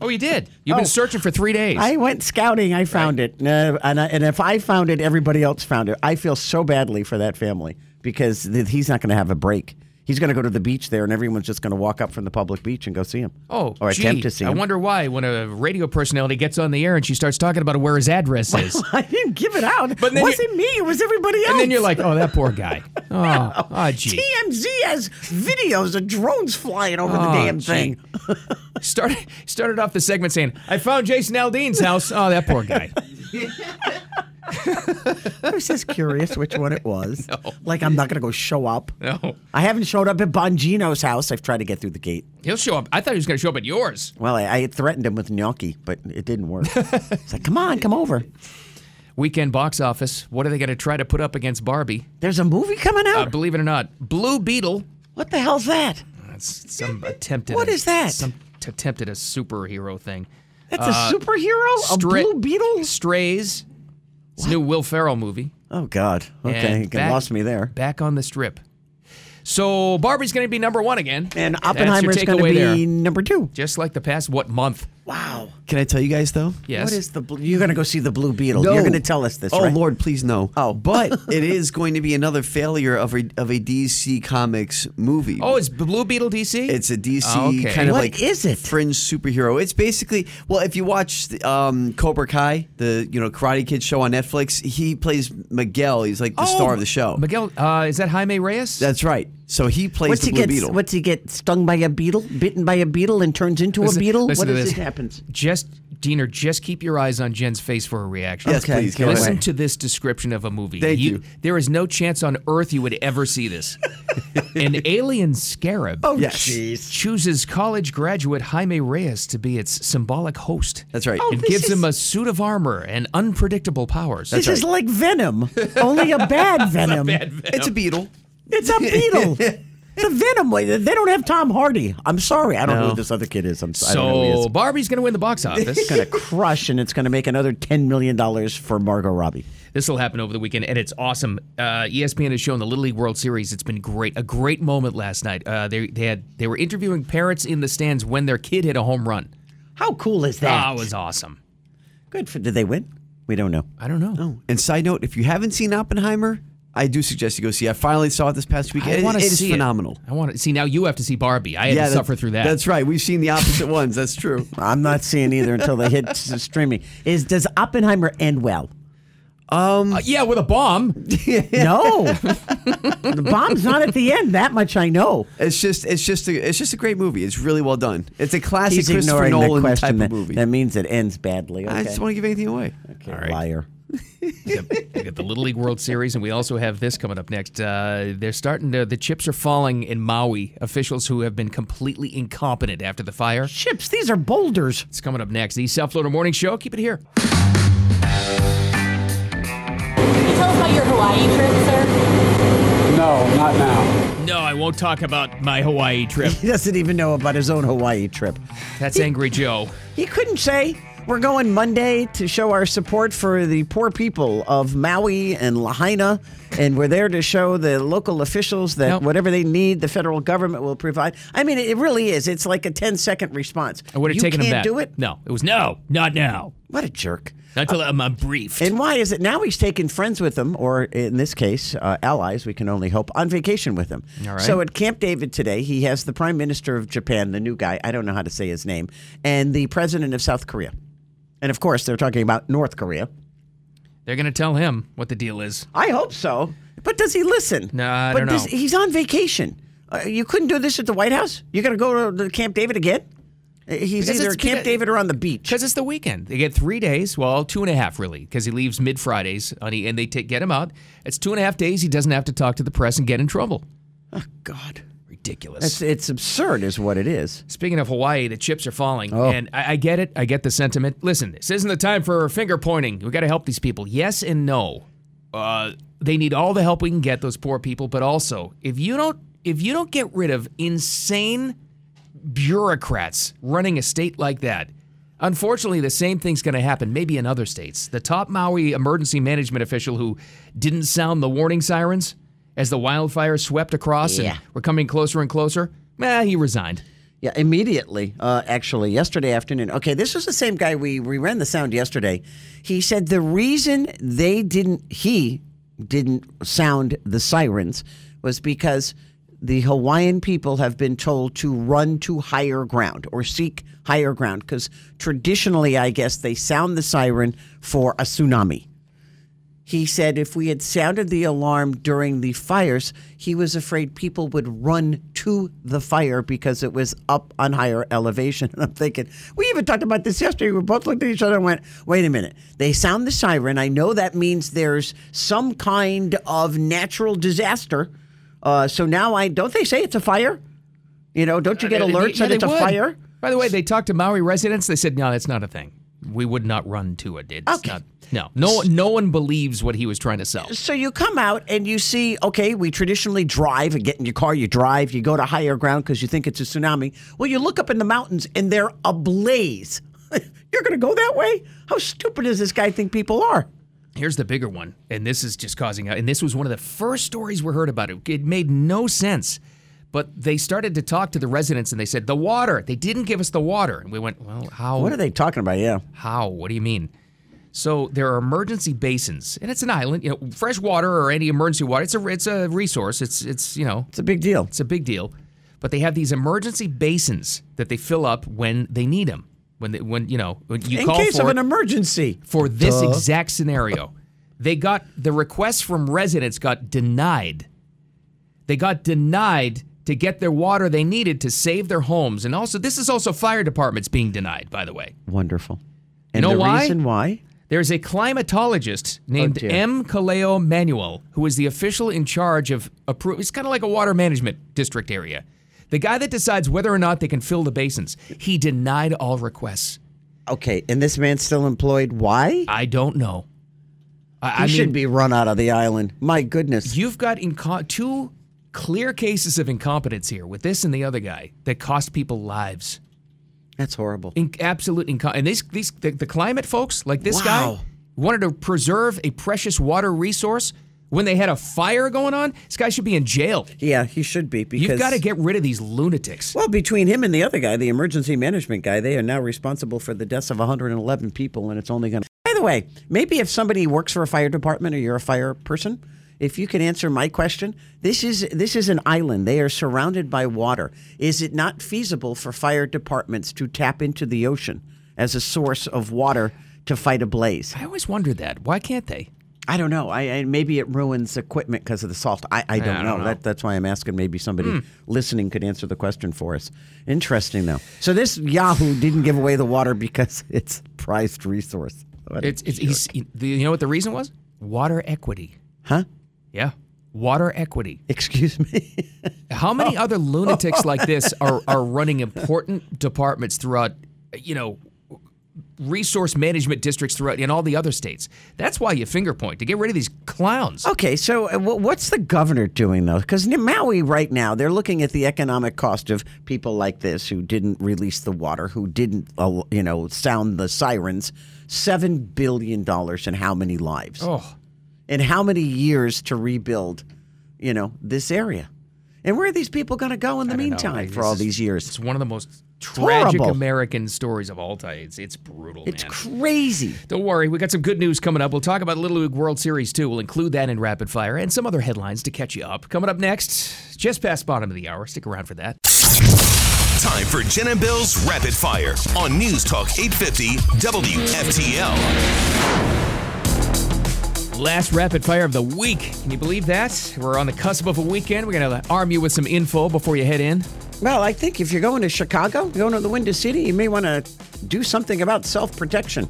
Speaker 3: Oh, you did. You've
Speaker 4: Oh.
Speaker 3: been searching for three days.
Speaker 4: I went scouting. I found it, and, uh, and, I, and if I found it, everybody else found it. I feel so badly for that family because th- he's not going to have a break. He's going to go to the beach there, and everyone's just going to walk up from the public beach and go see him.
Speaker 3: Oh,
Speaker 4: or
Speaker 3: gee,
Speaker 4: attempt to see
Speaker 3: I
Speaker 4: him.
Speaker 3: wonder why when a radio personality gets on the air and she starts talking about where his address is.
Speaker 4: I didn't give it out.
Speaker 3: But
Speaker 4: But
Speaker 3: then
Speaker 4: it wasn't me. It was everybody else.
Speaker 3: and then you're like, oh, that poor guy. Oh, oh gee.
Speaker 4: TMZ has videos of drones flying over the
Speaker 3: Oh,
Speaker 4: damn
Speaker 3: gee.
Speaker 4: thing.
Speaker 3: started started off the segment saying, "I found Jason Aldean's house." Oh, that poor guy.
Speaker 4: I was just curious which one it was. Like, I'm not going to go show up.
Speaker 3: No,
Speaker 4: I haven't showed up at Bongino's house. I've tried to get through the gate.
Speaker 3: he'll show up. I thought he was going to show up at yours.
Speaker 4: Well, I, I threatened him with gnocchi, but it didn't work. it's like, come on, come over.
Speaker 3: Weekend box office. What are they going to try to put up against Barbie?
Speaker 4: There's a movie coming
Speaker 3: Uh,
Speaker 4: out.
Speaker 3: believe it or not, Blue Beetle.
Speaker 4: what the hell's that?
Speaker 3: That's some attempt. At
Speaker 4: What
Speaker 3: a-
Speaker 4: is that?
Speaker 3: Some t- attempt at a superhero thing.
Speaker 4: That's
Speaker 3: Uh,
Speaker 4: a superhero?
Speaker 3: Stra-
Speaker 4: a blue beetle?
Speaker 3: Strays. It's a new Will Ferrell movie.
Speaker 4: Oh, God. Okay,
Speaker 3: And
Speaker 4: you
Speaker 3: back-
Speaker 4: lost me there.
Speaker 3: Back on the strip. So Barbie's going to be number one again,
Speaker 4: And
Speaker 3: That's your
Speaker 4: Oppenheimer's going to
Speaker 3: takeaway
Speaker 4: be
Speaker 3: there.
Speaker 4: number two.
Speaker 3: just like the past what month?
Speaker 4: Wow.
Speaker 12: Can I tell you guys though?
Speaker 3: Yes.
Speaker 4: What is the blue? You're going to go see the Blue Beetle. You're going to tell us this,
Speaker 12: Oh
Speaker 4: right?
Speaker 12: Lord, please no.
Speaker 4: Oh.
Speaker 12: but it is going to be another failure of a of a DC Comics movie.
Speaker 3: Oh, it's Blue Beetle DC.
Speaker 12: It's a DC
Speaker 3: Oh, okay.
Speaker 12: kind of
Speaker 4: What
Speaker 12: like
Speaker 4: is it?
Speaker 12: fringe superhero. It's basically well, if you watch the, um, Cobra Kai, the you know Karate Kid show on Netflix, he plays Miguel. He's
Speaker 4: Oh,
Speaker 12: like the star of the show.
Speaker 3: Miguel, uh, is that Jaime Reyes?
Speaker 12: That's right. So he plays
Speaker 4: What's
Speaker 12: the
Speaker 4: he
Speaker 12: Blue
Speaker 4: get?
Speaker 12: Beetle.
Speaker 4: What's he get? Stung by a beetle? Bitten by a beetle and turns into
Speaker 3: Listen-
Speaker 4: a beetle?
Speaker 3: listen
Speaker 4: what
Speaker 3: to
Speaker 4: is
Speaker 3: this.
Speaker 4: it happens?
Speaker 3: just Diener, just keep your eyes on Jen's face for a reaction.
Speaker 12: Yes,
Speaker 4: Okay,
Speaker 12: please.
Speaker 4: go
Speaker 12: Go
Speaker 4: ahead.
Speaker 12: ahead.
Speaker 3: Listen to this description of a movie.
Speaker 12: Thank you.
Speaker 3: There is no chance on earth you would ever see this. An alien scarab
Speaker 12: Yes.
Speaker 3: chooses college graduate Jaime Reyes to be its symbolic host.
Speaker 12: That's right.
Speaker 3: It
Speaker 4: Oh, this
Speaker 3: gives him
Speaker 4: is-
Speaker 3: a suit of armor and unpredictable powers.
Speaker 4: This is like venom, only a bad venom.
Speaker 12: It's a beetle.
Speaker 4: It's a beetle. It's a venom. Wait, They don't have Tom Hardy. I'm sorry. I don't know who this other kid is. I'm so I don't know who he
Speaker 3: so
Speaker 4: is.
Speaker 3: Barbie's going to win the box office.
Speaker 4: It's going to crush and it's going to make another $10 million for Margot Robbie.
Speaker 3: This will happen over the weekend, and it's awesome. Uh, ESPN has shown the Little League World Series. It's been great. A great moment last night. Uh, they they had they were interviewing parents in the stands when their kid hit a home run.
Speaker 4: How cool is that?
Speaker 12: Ah,
Speaker 3: That was awesome.
Speaker 4: Good for. Did they win? We don't know.
Speaker 3: I don't know.
Speaker 4: Oh.
Speaker 12: And side note, if you haven't seen Oppenheimer, I do suggest you go see. it. I finally saw it this past weekend.
Speaker 3: I
Speaker 12: It-
Speaker 3: want to
Speaker 12: it is
Speaker 3: see it.
Speaker 12: phenomenal.
Speaker 3: I want to see. Now you have to see Barbie. I had to
Speaker 12: that-
Speaker 3: suffer through that.
Speaker 12: That's right. We've seen the opposite ones. That's true.
Speaker 4: I'm not seeing either until they hit s- streaming. Is Does Oppenheimer end well?
Speaker 3: Uh, yeah, with a bomb.
Speaker 4: No. the bomb's not at the end. That much I know.
Speaker 12: It's just it's just a it's just a great movie. It's really well done. It's a classic
Speaker 4: He's
Speaker 12: Christopher
Speaker 4: ignoring the
Speaker 12: Nolan type
Speaker 4: question.
Speaker 12: of
Speaker 4: That,
Speaker 12: movie.
Speaker 4: that means it ends badly. Okay.
Speaker 12: I just want to give anything away.
Speaker 4: okay, liar.
Speaker 3: we got we got the Little League World Series, and we also have this coming up next. Uh, they're starting to. The chips are falling in Maui. Officials who have been completely incompetent after the fire.
Speaker 4: Chips, these are boulders.
Speaker 3: It's coming up next. The South Florida Morning Show. Keep it here.
Speaker 6: Can you tell us about your Hawaii trip, sir?
Speaker 7: No, not now.
Speaker 3: No, I won't talk about my Hawaii trip.
Speaker 4: He doesn't even know about his own Hawaii trip.
Speaker 3: That's Angry Joe.
Speaker 4: He couldn't say, We're going Monday to show our support for the poor people of Maui and Lahaina, and we're there to show the local officials that
Speaker 3: Nope.
Speaker 4: whatever they need, the federal government will provide. I mean, it really is. It's like a 10 second response.
Speaker 3: I would have
Speaker 4: you
Speaker 3: taken
Speaker 4: can't
Speaker 3: him that.
Speaker 4: do it?
Speaker 3: No, it was no, not now.
Speaker 4: What a jerk.
Speaker 3: Not till I'm, I'm briefed.
Speaker 4: And why is it now he's taking friends with him, or in this case, uh, allies, we can only hope, on vacation with him?
Speaker 3: All right.
Speaker 4: So at Camp David today, he has the Prime Minister of Japan, the new guy, I don't know how to say his name, and the President of South Korea. And of course, they're talking about North Korea.
Speaker 3: They're gonna tell him what the deal is.
Speaker 4: I hope so. But does he listen?
Speaker 3: No, I
Speaker 4: but
Speaker 3: don't
Speaker 4: does-
Speaker 3: know.
Speaker 4: he's on vacation. Uh, you couldn't do this at the White House? You're going to go to the Camp David again? Uh, He's
Speaker 3: Because
Speaker 4: either
Speaker 3: it's
Speaker 4: at Camp
Speaker 3: because-
Speaker 4: David or on the beach.
Speaker 3: Because it's the weekend. They get three days. Well, two and a half really, because he leaves mid Fridays, and he- and they take, get him out. It's two and a half days. He doesn't have to talk to the press and get in trouble.
Speaker 4: Oh God.
Speaker 3: Ridiculous.
Speaker 4: It's, it's absurd, is what it is.
Speaker 3: Speaking of Hawaii, the chips are falling, and I, I get it. I get the sentiment. Listen, this isn't the time for finger pointing. We got to help these people. Yes and no. Uh, they need all the help we can get those poor people. But also, if you don't, if you don't get rid of insane bureaucrats running a state like that, unfortunately, the same thing's going to happen. Maybe in other states. The top Maui emergency management official who didn't sound the warning sirens as the wildfire swept across
Speaker 4: Yeah.
Speaker 3: and were coming closer and closer. Eh, he resigned.
Speaker 4: Yeah, immediately, uh, actually, yesterday afternoon. Okay, this was the same guy we, we ran the sound yesterday. He said the reason they didn't, he didn't sound the sirens was because the Hawaiian people have been told to run to higher ground or seek higher ground because traditionally, I guess, they sound the siren for a tsunami. He said if we had sounded the alarm during the fires, he was afraid people would run to the fire because it was up on higher elevation. And I'm thinking, we even talked about this yesterday. We both looked at each other and went, wait a minute. They sound the siren. I know that means there's some kind of natural disaster. Uh, so now I don't they say it's a fire? You know, don't you get
Speaker 3: Uh, they-
Speaker 4: alerts
Speaker 3: yeah,
Speaker 4: that
Speaker 3: they
Speaker 4: it's a
Speaker 3: would.
Speaker 4: fire?
Speaker 3: By the way, they talked to Maui residents. They said, no, that's not a thing. We would not run to it. It's
Speaker 4: Okay.
Speaker 3: not- no, no, no one believes what he was trying to sell.
Speaker 4: So you come out and you see, okay, we traditionally drive and get in your car, you drive, you go to higher ground because you think it's a tsunami. Well, you look up in the mountains and they're ablaze. You're going to go that way? How stupid does this guy think people are?
Speaker 3: Here's the bigger one, and this is just causing. And this was one of the first stories we heard about it. It made no sense, but they started to talk to the residents, and they said the water. They didn't give us the water, and we went, well, how?
Speaker 4: What are they talking about? Yeah.
Speaker 3: How? What do you mean? So there are emergency basins, and it's an island. You know, fresh water or any emergency water, it's a it's a resource. It's it's you know,
Speaker 4: it's a big deal.
Speaker 3: It's a big deal. But they have these emergency basins that they fill up when they need them. When they, when you know when you
Speaker 4: in
Speaker 3: call
Speaker 4: case
Speaker 3: for
Speaker 4: of
Speaker 3: it
Speaker 4: an emergency.
Speaker 3: for this
Speaker 4: Duh.
Speaker 3: exact scenario. They got the request from residents got denied. They got denied to get their water they needed to save their homes. And also this is also fire departments being denied, by the way.
Speaker 4: Wonderful.
Speaker 3: You
Speaker 4: And
Speaker 3: know
Speaker 4: the
Speaker 3: why?
Speaker 4: reason why?
Speaker 3: There's a climatologist named
Speaker 4: Oh, dear.
Speaker 3: M. Kaleo Manuel, who is the official in charge of approve. It's kind of like a water management district area. The guy that decides whether or not they can fill the basins. He denied all requests.
Speaker 4: Okay, and this man's still employed. Why?
Speaker 3: I don't know.
Speaker 4: He
Speaker 3: I, I
Speaker 4: should
Speaker 3: mean,
Speaker 4: be run out of the island. My goodness.
Speaker 3: You've got inco- two clear cases of incompetence here with this and the other guy that cost people lives.
Speaker 4: That's horrible.
Speaker 3: In- absolute inco- and these these the, the climate folks like this
Speaker 4: Wow.
Speaker 3: guy wanted to preserve a precious water resource when they had a fire going on. This guy should be in jail.
Speaker 4: Yeah, he should be because
Speaker 3: You've got to get rid of these lunatics.
Speaker 4: Well, between him and the other guy, the emergency management guy, they are now responsible for the deaths of 111 people, and it's only going to. By the way, maybe if somebody works for a fire department or you're a fire person, if you can answer my question, this is this is an island. They are surrounded by water. Is it not feasible for fire departments to tap into the ocean as a source of water to fight a blaze?
Speaker 3: I always wondered that. Why can't they?
Speaker 4: I don't know. I, I maybe it ruins equipment because of the salt. I, I don't
Speaker 3: I don't
Speaker 4: know. Hmm.
Speaker 3: know.
Speaker 4: That, that's why I'm asking. Maybe somebody listening could answer the question for us. Interesting though. So this Yahoo didn't give away the water because it's a prized resource. What a
Speaker 3: It's, it's he's,
Speaker 4: jerk.
Speaker 3: the- you know what the reason was? Water equity.
Speaker 4: huh?
Speaker 3: Yeah. Water equity.
Speaker 4: Excuse me.
Speaker 3: How many
Speaker 4: Oh.
Speaker 3: other lunatics like this are, are running important departments throughout, you know, resource management districts throughout in all the other states? That's why you finger point to get rid of these clowns.
Speaker 4: Okay, so uh, wh- what's the governor doing though? Because Maui right now they're looking at the economic cost of people like this who didn't release the water, who didn't, uh, you know, sound the sirens. Seven billion dollars and how many lives?
Speaker 3: Oh,
Speaker 4: and how many years to rebuild, you know, this area. And where are these people going to go in the meantime for all these years?
Speaker 3: It's one of the most tragic
Speaker 4: horrible.
Speaker 3: American stories of all time. It's, it's brutal,
Speaker 4: It's
Speaker 3: man.
Speaker 4: crazy.
Speaker 3: Don't worry, we got some good news coming up. We'll talk about Little League World Series too. We'll include that in rapid fire and some other headlines to catch you up. Coming up next, just past bottom of the hour. Stick around for that.
Speaker 1: Time for Jen and Bill's Rapid Fire on News Talk 850 WFTL.
Speaker 3: Last rapid fire of the week. Can you believe that? We're on the cusp of a weekend. We're going to arm you with some info before you head in.
Speaker 4: Well, I think if you're going to Chicago, going to the Windy City, you may want to do something about self protection.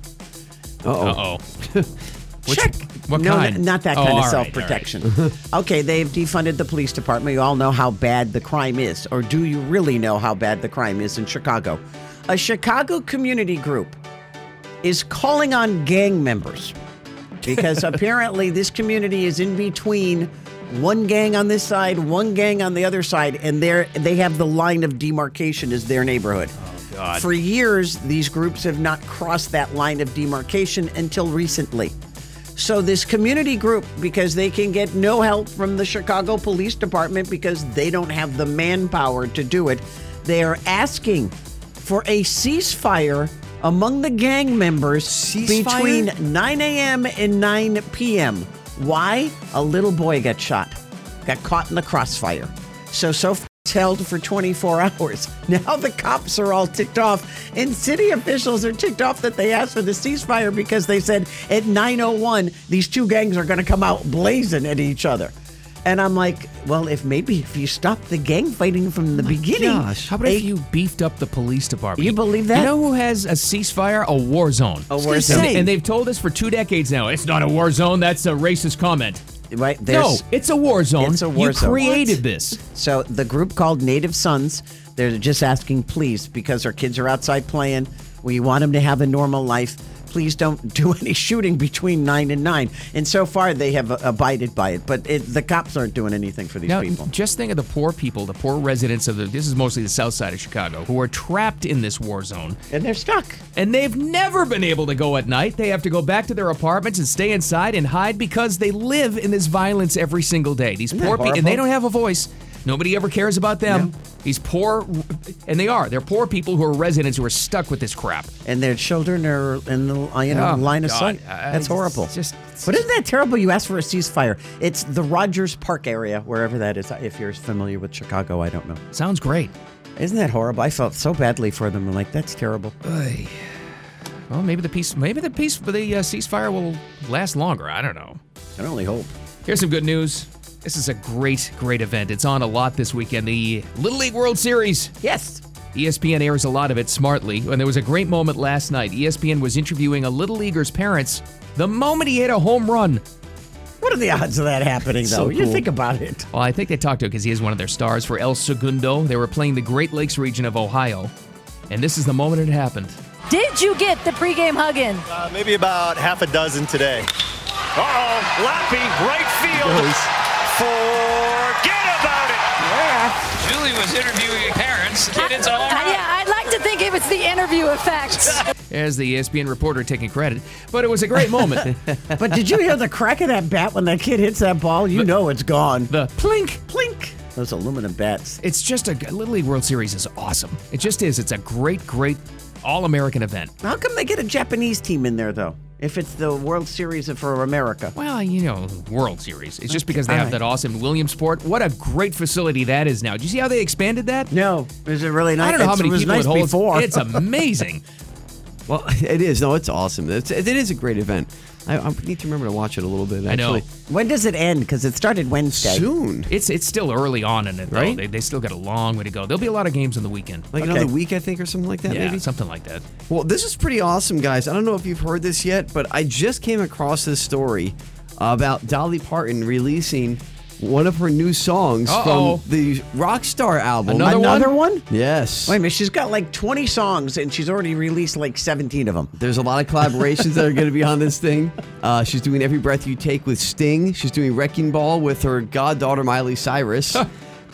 Speaker 3: Uh oh.
Speaker 4: Check
Speaker 3: What
Speaker 4: no,
Speaker 3: kind?
Speaker 4: n- not that
Speaker 3: Oh,
Speaker 4: kind
Speaker 3: all
Speaker 4: of
Speaker 3: right,
Speaker 4: self protection.
Speaker 3: all right.
Speaker 4: okay, they've defunded the police department. You all know how bad the crime is, or do you really know how bad the crime is in Chicago? A Chicago community group is calling on gang members because apparently this community is in between one gang on this side, one gang on the other side, and they they have the line of demarcation as their neighborhood.
Speaker 3: God.
Speaker 4: For years, these groups have not crossed that line of demarcation until recently. So, this community group, because they can get no help from the Chicago Police Department because they don't have the manpower to do it, they are asking for a ceasefire among the gang members between 9 a.m. and 9 p.m. Why? A little boy got shot, got caught in the crossfire. So, so far, it's held for 24 hours. Now the cops are all ticked off, and city officials are ticked off that they asked for the ceasefire because they said at 9:01 these two gangs are going to come out blazing at each other. And I'm like, well, if maybe if you stop the gang fighting from the beginning,
Speaker 3: Gosh, how about if
Speaker 4: they-
Speaker 3: you beefed up the police department?
Speaker 4: You believe that?
Speaker 3: You know who has a ceasefire? A war zone.
Speaker 4: A war zone.
Speaker 3: And, and they've told us for two decades now it's not a war zone. That's a racist comment.
Speaker 4: Right?
Speaker 3: No,
Speaker 4: there's-
Speaker 3: it's a war zone.
Speaker 4: It's a war
Speaker 3: you
Speaker 4: zone.
Speaker 3: created
Speaker 4: What?
Speaker 3: this.
Speaker 4: So the group called Native Sons, they're just asking, please, because our kids are outside playing. We want them to have a normal life. Please don't do any shooting between nine and nine. And so far, they have abided by it. But it, the cops aren't doing anything for these
Speaker 3: Now,
Speaker 4: people.
Speaker 3: just think of the poor people, the poor residents of the. This is mostly the south side of Chicago, who are trapped in this war zone,
Speaker 4: and they're stuck.
Speaker 3: And they've never been able to go at night. They have to go back to their apartments and stay inside and hide because they live in this violence every single day. These
Speaker 4: that
Speaker 3: poor people, and
Speaker 4: horrible?
Speaker 3: they don't have a voice. Nobody ever cares about them. These poor, and they are. They're poor people who are residents who are stuck with this crap.
Speaker 4: And their children are in the you know
Speaker 3: Oh,
Speaker 4: line of
Speaker 3: God.
Speaker 4: sight.
Speaker 3: I-
Speaker 4: That's horrible.
Speaker 3: it's just-
Speaker 4: but isn't that terrible? You asked for a ceasefire. It's the Rogers Park area, wherever that is. If you're familiar with Chicago, I don't know.
Speaker 3: Sounds great.
Speaker 4: Isn't that horrible? I felt so badly for them. I'm like, that's terrible.
Speaker 3: Oy. Well, maybe the peace, maybe the peace, the uh, ceasefire will last longer. I don't know.
Speaker 4: I only hope.
Speaker 3: Here's some good news. This is a great, great event. It's on a lot this weekend. The Little League World Series.
Speaker 4: Yes.
Speaker 3: ESPN airs a lot of it smartly, and there was a great moment last night. E ESPN was interviewing a little leaguer's parents the moment he hit a home run.
Speaker 4: What are the odds of that happening, though?
Speaker 3: So
Speaker 4: You
Speaker 3: cool.
Speaker 4: think about it.
Speaker 3: Well, I think they talked to him because he is one of their stars for El Segundo. They were playing the Great Lakes region of Ohio, and this is the moment it happened.
Speaker 6: Did you get the pregame hug in?
Speaker 9: Uh, maybe about half a dozen today. Uh-oh, Lappy, right field. Forget about it.
Speaker 10: Julie was interviewing parents, and it's all
Speaker 6: Uh,
Speaker 10: right.
Speaker 6: yeah, I'd like to think it was the interview effect.
Speaker 3: As the E ESPN reporter taking credit, but it was a great moment.
Speaker 4: But did you hear the crack of that bat when that kid hits that ball? You know it's gone.
Speaker 3: The plink,
Speaker 4: plink. Those aluminum bats.
Speaker 3: It's just a Little League World Series is awesome. It just is. It's a great, great all American event.
Speaker 4: How come they get a Japanese team in there, though? If it's the World Series for America.
Speaker 3: Well, you know, World Series. It's just because they
Speaker 4: all
Speaker 3: have
Speaker 4: right.
Speaker 3: that awesome Williamsport. What a great facility that is now. Do you see how they expanded that?
Speaker 4: No. Is it really nice?
Speaker 3: I don't know how
Speaker 4: It's-
Speaker 3: many
Speaker 4: it was
Speaker 3: people
Speaker 4: nice
Speaker 3: it holds.
Speaker 4: before.
Speaker 3: It's amazing.
Speaker 12: Well, it is. No, it's awesome. It's, it is a great event. I, I need to remember to watch it a little bit.
Speaker 3: I know.
Speaker 12: Actually.
Speaker 4: When does it end? Because it started Wednesday.
Speaker 12: Soon.
Speaker 3: It's it's still early on in it, though.
Speaker 12: Right?
Speaker 3: They, they still got a long way to go. There'll be a lot of games on the weekend.
Speaker 12: Like another week, I think, or something like that,
Speaker 3: yeah,
Speaker 12: maybe?
Speaker 3: something like that.
Speaker 12: Well, this is pretty awesome, guys. I don't know if you've heard this yet, but I just came across this story about Dolly Parton releasing one of her new songs
Speaker 4: Uh-oh.
Speaker 12: from the Rockstar album.
Speaker 4: Another, one?
Speaker 12: Yes.
Speaker 4: Wait a minute. She's got like 20 songs and she's already released like 17 of them.
Speaker 12: There's a lot of collaborations that are going to be on this thing. Uh, she's doing Every Breath You Take with Sting. She's doing Wrecking Ball with her goddaughter Miley Cyrus.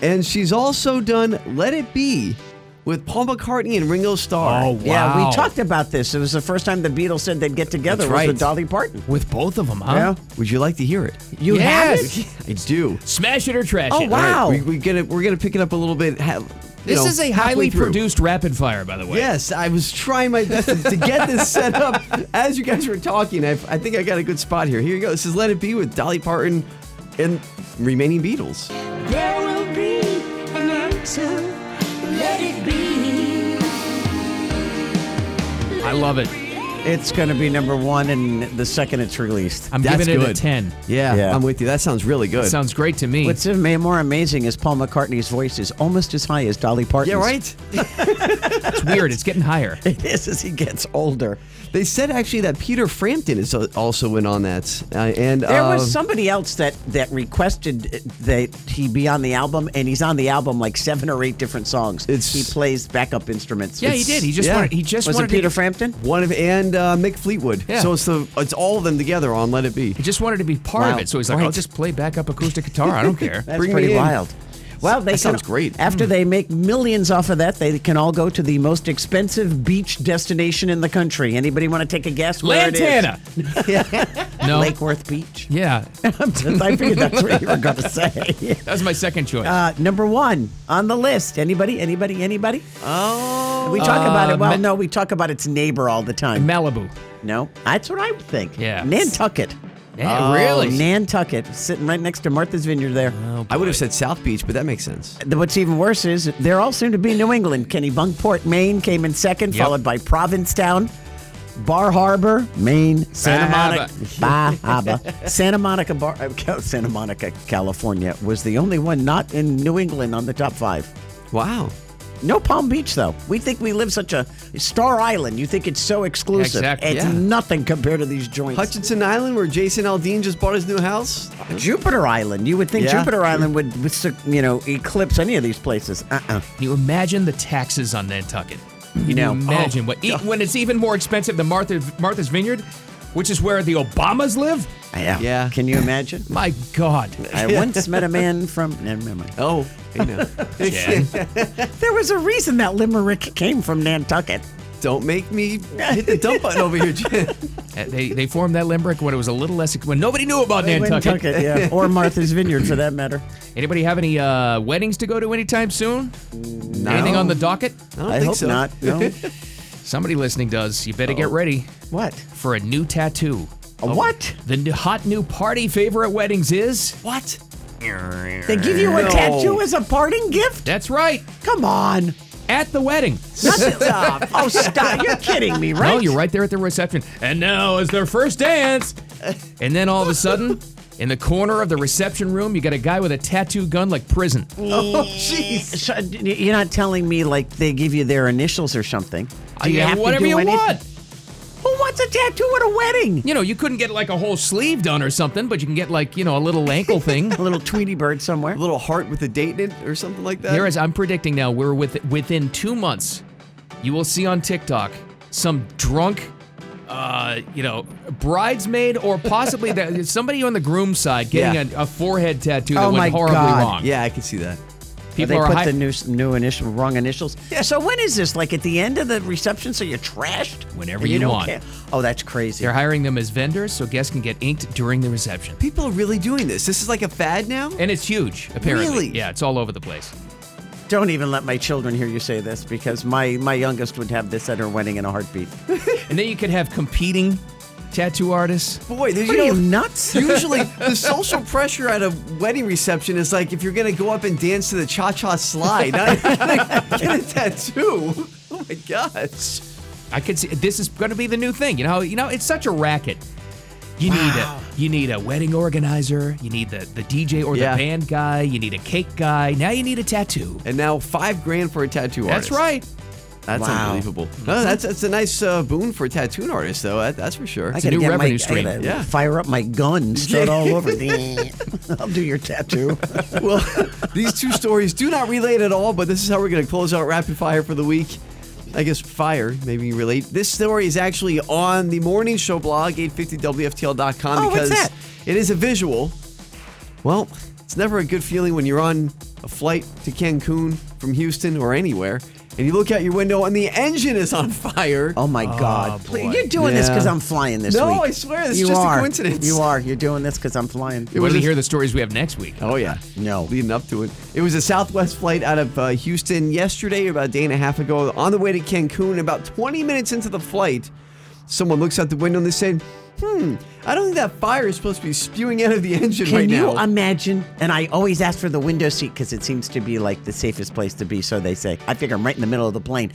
Speaker 12: and she's also done Let It Be with Paul McCartney and Ringo Starr.
Speaker 3: Oh,
Speaker 4: Yeah,
Speaker 3: Wow.
Speaker 4: we talked about this. It was the first time the Beatles said they'd get together
Speaker 12: That's
Speaker 4: was
Speaker 12: right.
Speaker 4: with Dolly Parton.
Speaker 3: With both of them, huh?
Speaker 4: Yeah.
Speaker 12: Would you like to hear it?
Speaker 4: You have
Speaker 3: Yes.
Speaker 4: it?
Speaker 12: I do.
Speaker 3: Smash it or trash
Speaker 4: Oh,
Speaker 3: it.
Speaker 4: wow.
Speaker 12: All right, we, we gonna, we're going to pick it up a little bit. ha- you
Speaker 3: This
Speaker 12: know,
Speaker 3: is a
Speaker 12: halfway
Speaker 3: highly
Speaker 12: through.
Speaker 3: produced rapid fire, by the way.
Speaker 12: Yes, I was trying my best to, to get this set up as you guys were talking. I, I think I got a good spot here. Here you go. This is Let It Be with Dolly Parton and remaining Beatles.
Speaker 14: There will be an answer. Let it be.
Speaker 3: I love it.
Speaker 4: It's going to be number one, and the second it's released,
Speaker 3: I'm
Speaker 12: That's
Speaker 3: giving it
Speaker 12: good.
Speaker 3: a 10.
Speaker 12: Yeah, I'm with you. That sounds really good.
Speaker 3: That sounds great to me.
Speaker 4: What's ama- more amazing is Paul McCartney's voice is almost as high as Dolly Parton's.
Speaker 12: yeah, right.
Speaker 3: it's weird. It's getting higher.
Speaker 4: It is as he gets older.
Speaker 12: They said actually that Peter Frampton is also in on that, uh, and
Speaker 4: There
Speaker 12: uh,
Speaker 4: was somebody else that that requested that he be on the album, and he's on the album like seven or eight different songs.
Speaker 12: It's-
Speaker 4: he plays backup instruments.
Speaker 3: Yeah, he did. He just
Speaker 12: yeah.
Speaker 3: wanted. He just
Speaker 4: was it
Speaker 3: wanted.
Speaker 4: Peter
Speaker 3: to,
Speaker 4: Frampton?
Speaker 12: one of and uh, Mick Fleetwood.
Speaker 3: Yeah.
Speaker 12: So it's the it's all of them together on Let It Be.
Speaker 3: he just wanted to be part of
Speaker 4: Wow.
Speaker 3: it. So he's like,
Speaker 12: Right.
Speaker 3: I'll just play backup acoustic guitar. I don't care.
Speaker 4: That's
Speaker 12: Bring me
Speaker 4: pretty
Speaker 12: in.
Speaker 4: wild. Well, they
Speaker 12: That
Speaker 4: can-
Speaker 12: sounds great.
Speaker 4: After they make millions off of that, they can all go to the most expensive beach destination in the country. Anybody want to take a guess? Where it is?
Speaker 3: Lantana. no.
Speaker 4: Lake Worth Beach.
Speaker 3: Yeah, that
Speaker 4: I figured that's what you were going to say.
Speaker 3: was my second choice.
Speaker 4: Uh, number one on the list. Anybody? Anybody? Anybody? Oh, we talk about it. Well,
Speaker 3: Uh, Ma-
Speaker 4: no, we talk about its neighbor all the time.
Speaker 3: Malibu.
Speaker 4: no, that's what I would think.
Speaker 3: Yeah.
Speaker 4: Nantucket.
Speaker 3: Yeah, really?
Speaker 4: Nantucket, sitting right next to Martha's Vineyard there.
Speaker 3: Oh.
Speaker 12: I would have said South Beach, but that makes sense.
Speaker 4: The- What's even worse is they're all soon to be New England. Kennebunkport, Maine came in second,
Speaker 3: Yep.
Speaker 4: followed by Provincetown, Bar Harbor, Maine, Santa Monica, Bah Harbor, Santa Monica, Bar, uh, Cal- Santa Monica, California was the only one not in New England on the top five.
Speaker 12: Wow.
Speaker 4: No Palm Beach though. We think we live such a Star Island. You think it's so exclusive.
Speaker 3: Exactly,
Speaker 4: It's
Speaker 12: yeah.
Speaker 4: nothing compared to these joints.
Speaker 12: Hutchinson Island, where Jason Aldean just bought his new house.
Speaker 4: Jupiter Island. You would think
Speaker 12: Yeah.
Speaker 4: Jupiter Island would, would, you know, eclipse any of these places. Uh-uh.
Speaker 3: Can you imagine the taxes on Nantucket?
Speaker 4: You know,
Speaker 3: Imagine what e- when it's even more expensive than Martha, Martha's Vineyard, which is where the Obamas live.
Speaker 4: Yeah.
Speaker 12: Yeah.
Speaker 4: Can you imagine?
Speaker 3: My God,
Speaker 4: I once met a man from. Never mind.
Speaker 12: Oh, you know.
Speaker 3: Jen.
Speaker 4: There was a reason that Limerick came from Nantucket.
Speaker 12: Don't make me hit the dump button over here, Jen.
Speaker 3: Uh, they they formed that limerick when it was a little less when nobody knew about Nantucket.
Speaker 4: Nantucket, yeah. Or Martha's Vineyard, for that matter.
Speaker 3: Anybody have any uh, weddings to go to anytime soon? Anything on the docket?
Speaker 12: I don't
Speaker 4: I
Speaker 12: think
Speaker 4: hope
Speaker 12: so.
Speaker 4: not. No.
Speaker 3: Somebody listening does. You better get ready
Speaker 4: What?
Speaker 3: for a new tattoo.
Speaker 4: A what?
Speaker 3: The new, hot new party favorite weddings is.
Speaker 12: What?
Speaker 4: They give you a tattoo as a parting gift?
Speaker 3: That's right.
Speaker 4: Come on.
Speaker 3: At the wedding.
Speaker 4: Nothing- oh, oh, stop. You're kidding me, right?
Speaker 3: No, you're right there at the reception. And now is their first dance. And then all of a sudden, in the corner of the reception room, you got a guy with a tattoo gun like prison.
Speaker 12: Oh, jeez.
Speaker 4: Eh, So, y- you're not telling me, like, they give you their initials or something. Do you
Speaker 3: Uh, Yeah,
Speaker 4: have to
Speaker 3: whatever
Speaker 4: do
Speaker 3: you
Speaker 4: anything?
Speaker 3: want.
Speaker 4: Who wants a tattoo at a wedding?
Speaker 3: You know, you couldn't get like a whole sleeve done or something, but you can get like, you know, a little ankle thing.
Speaker 4: A little Tweety bird somewhere.
Speaker 12: A little heart with a date in it or something like that.
Speaker 3: Here is, I'm predicting now, we're with, within two months, you will see on TikTok some drunk, uh, you know, bridesmaid or possibly the, somebody on the groom's side getting
Speaker 12: Yeah.
Speaker 3: a, a forehead tattoo that
Speaker 4: Oh my
Speaker 3: went horribly
Speaker 4: God.
Speaker 3: wrong.
Speaker 12: Yeah, I can see that.
Speaker 3: People
Speaker 4: they
Speaker 3: are
Speaker 4: put
Speaker 3: hy-
Speaker 4: the new new initial wrong initials. Yeah. So when is this? Like at the end of the reception, so you're trashed.
Speaker 3: Whenever
Speaker 4: And
Speaker 3: you
Speaker 4: don't
Speaker 3: want.
Speaker 4: care? Oh, that's crazy.
Speaker 3: They're hiring them as vendors so guests can get inked during the reception.
Speaker 12: People are really doing this. This is like a fad now.
Speaker 3: And it's huge, apparently.
Speaker 12: Really?
Speaker 3: Yeah, it's all over the place.
Speaker 4: Don't even let my children hear you say this because my my youngest would have this at her wedding in a heartbeat.
Speaker 3: And then you could have competing tattoo artists.
Speaker 12: Boy, there's
Speaker 4: What
Speaker 12: you
Speaker 4: are
Speaker 12: know,
Speaker 4: you nuts?
Speaker 12: Usually, the social pressure at a wedding reception is like if you're gonna go up and dance to the cha-cha slide, not like, get a tattoo. Oh my gosh!
Speaker 3: I could see this is going to be the new thing. You know, you know, it's such a racket. You need a you need a wedding organizer. You need the the DJ or
Speaker 12: Yeah.
Speaker 3: the band guy. You need a cake guy. Now you need a tattoo.
Speaker 12: And now five grand for a tattoo
Speaker 3: That's
Speaker 12: artist.
Speaker 3: right.
Speaker 12: That's
Speaker 4: Wow.
Speaker 12: unbelievable. No, that's that's a nice uh, boon for a tattoo artist, though. That, that's for sure.
Speaker 4: I
Speaker 3: a
Speaker 4: gotta
Speaker 3: new
Speaker 4: get
Speaker 3: revenue
Speaker 4: my,
Speaker 3: stream.
Speaker 4: I gotta
Speaker 12: Yeah.
Speaker 4: Fire up my gun, start all over. I'll do your tattoo.
Speaker 12: well, these two stories do not relate at all, but this is how we're going to close out Rapid Fire for the week. I guess fire, maybe you relate. This story is actually on the morning show blog, 850WFTL.com,
Speaker 4: Oh, what's
Speaker 12: because
Speaker 4: that?
Speaker 12: it is a visual. Well, it's never a good feeling when you're on a flight to Cancun from Houston or anywhere, and you look out your window and the engine is on fire.
Speaker 4: Oh my God! Please- You're doing this
Speaker 12: Yeah.
Speaker 4: because I'm flying this
Speaker 12: No,
Speaker 4: week.
Speaker 12: I swear, this is
Speaker 4: you
Speaker 12: just a
Speaker 4: are.
Speaker 12: coincidence.
Speaker 4: You are. You're doing this because I'm flying.
Speaker 12: It
Speaker 3: What
Speaker 12: was
Speaker 3: do we
Speaker 12: a-
Speaker 3: hear the stories we have next week?
Speaker 12: Oh yeah,
Speaker 4: No.
Speaker 12: Leading up to it, it was a Southwest flight out of uh, Houston yesterday, about a day and a half ago. On the way to Cancun, about 20 minutes into the flight, someone looks out the window and they said, "Hmm, I don't think that fire is supposed to be spewing out of the engine
Speaker 4: Can
Speaker 12: right
Speaker 4: you
Speaker 12: now."
Speaker 4: imagine? And I always ask for the window seat because it seems to be like the safest place to be. So they say. I figure I'm right in the middle of the plane.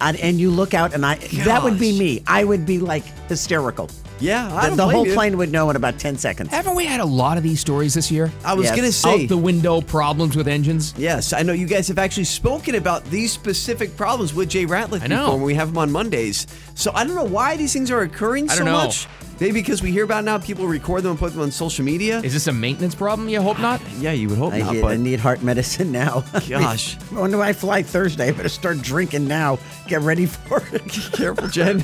Speaker 4: and, and you look out, and I that would be me. I would be like hysterical.
Speaker 12: Yeah,
Speaker 4: the,
Speaker 12: I don't
Speaker 4: the
Speaker 12: blame
Speaker 4: whole
Speaker 12: you.
Speaker 4: plane would know in about ten seconds.
Speaker 3: Haven't we had a lot of these stories this year?
Speaker 12: I was gonna say-
Speaker 3: out the window problems with engines.
Speaker 12: Yes, I know you guys have actually spoken about these specific problems with Jay Ratliff
Speaker 3: I know.
Speaker 12: before when we have him on Mondays. So I don't know why these things are occurring
Speaker 3: I
Speaker 12: so
Speaker 3: don't know.
Speaker 12: much. Maybe because we hear about it now people record them and put them on social media.
Speaker 3: Is this a maintenance problem? You hope not.
Speaker 12: Yeah, you would hope
Speaker 4: I,
Speaker 12: not.
Speaker 4: need,
Speaker 12: but
Speaker 4: I need heart medicine now.
Speaker 12: Gosh.
Speaker 4: when do I fly Thursday? I better start drinking now. Get ready for it.
Speaker 12: careful, Jen.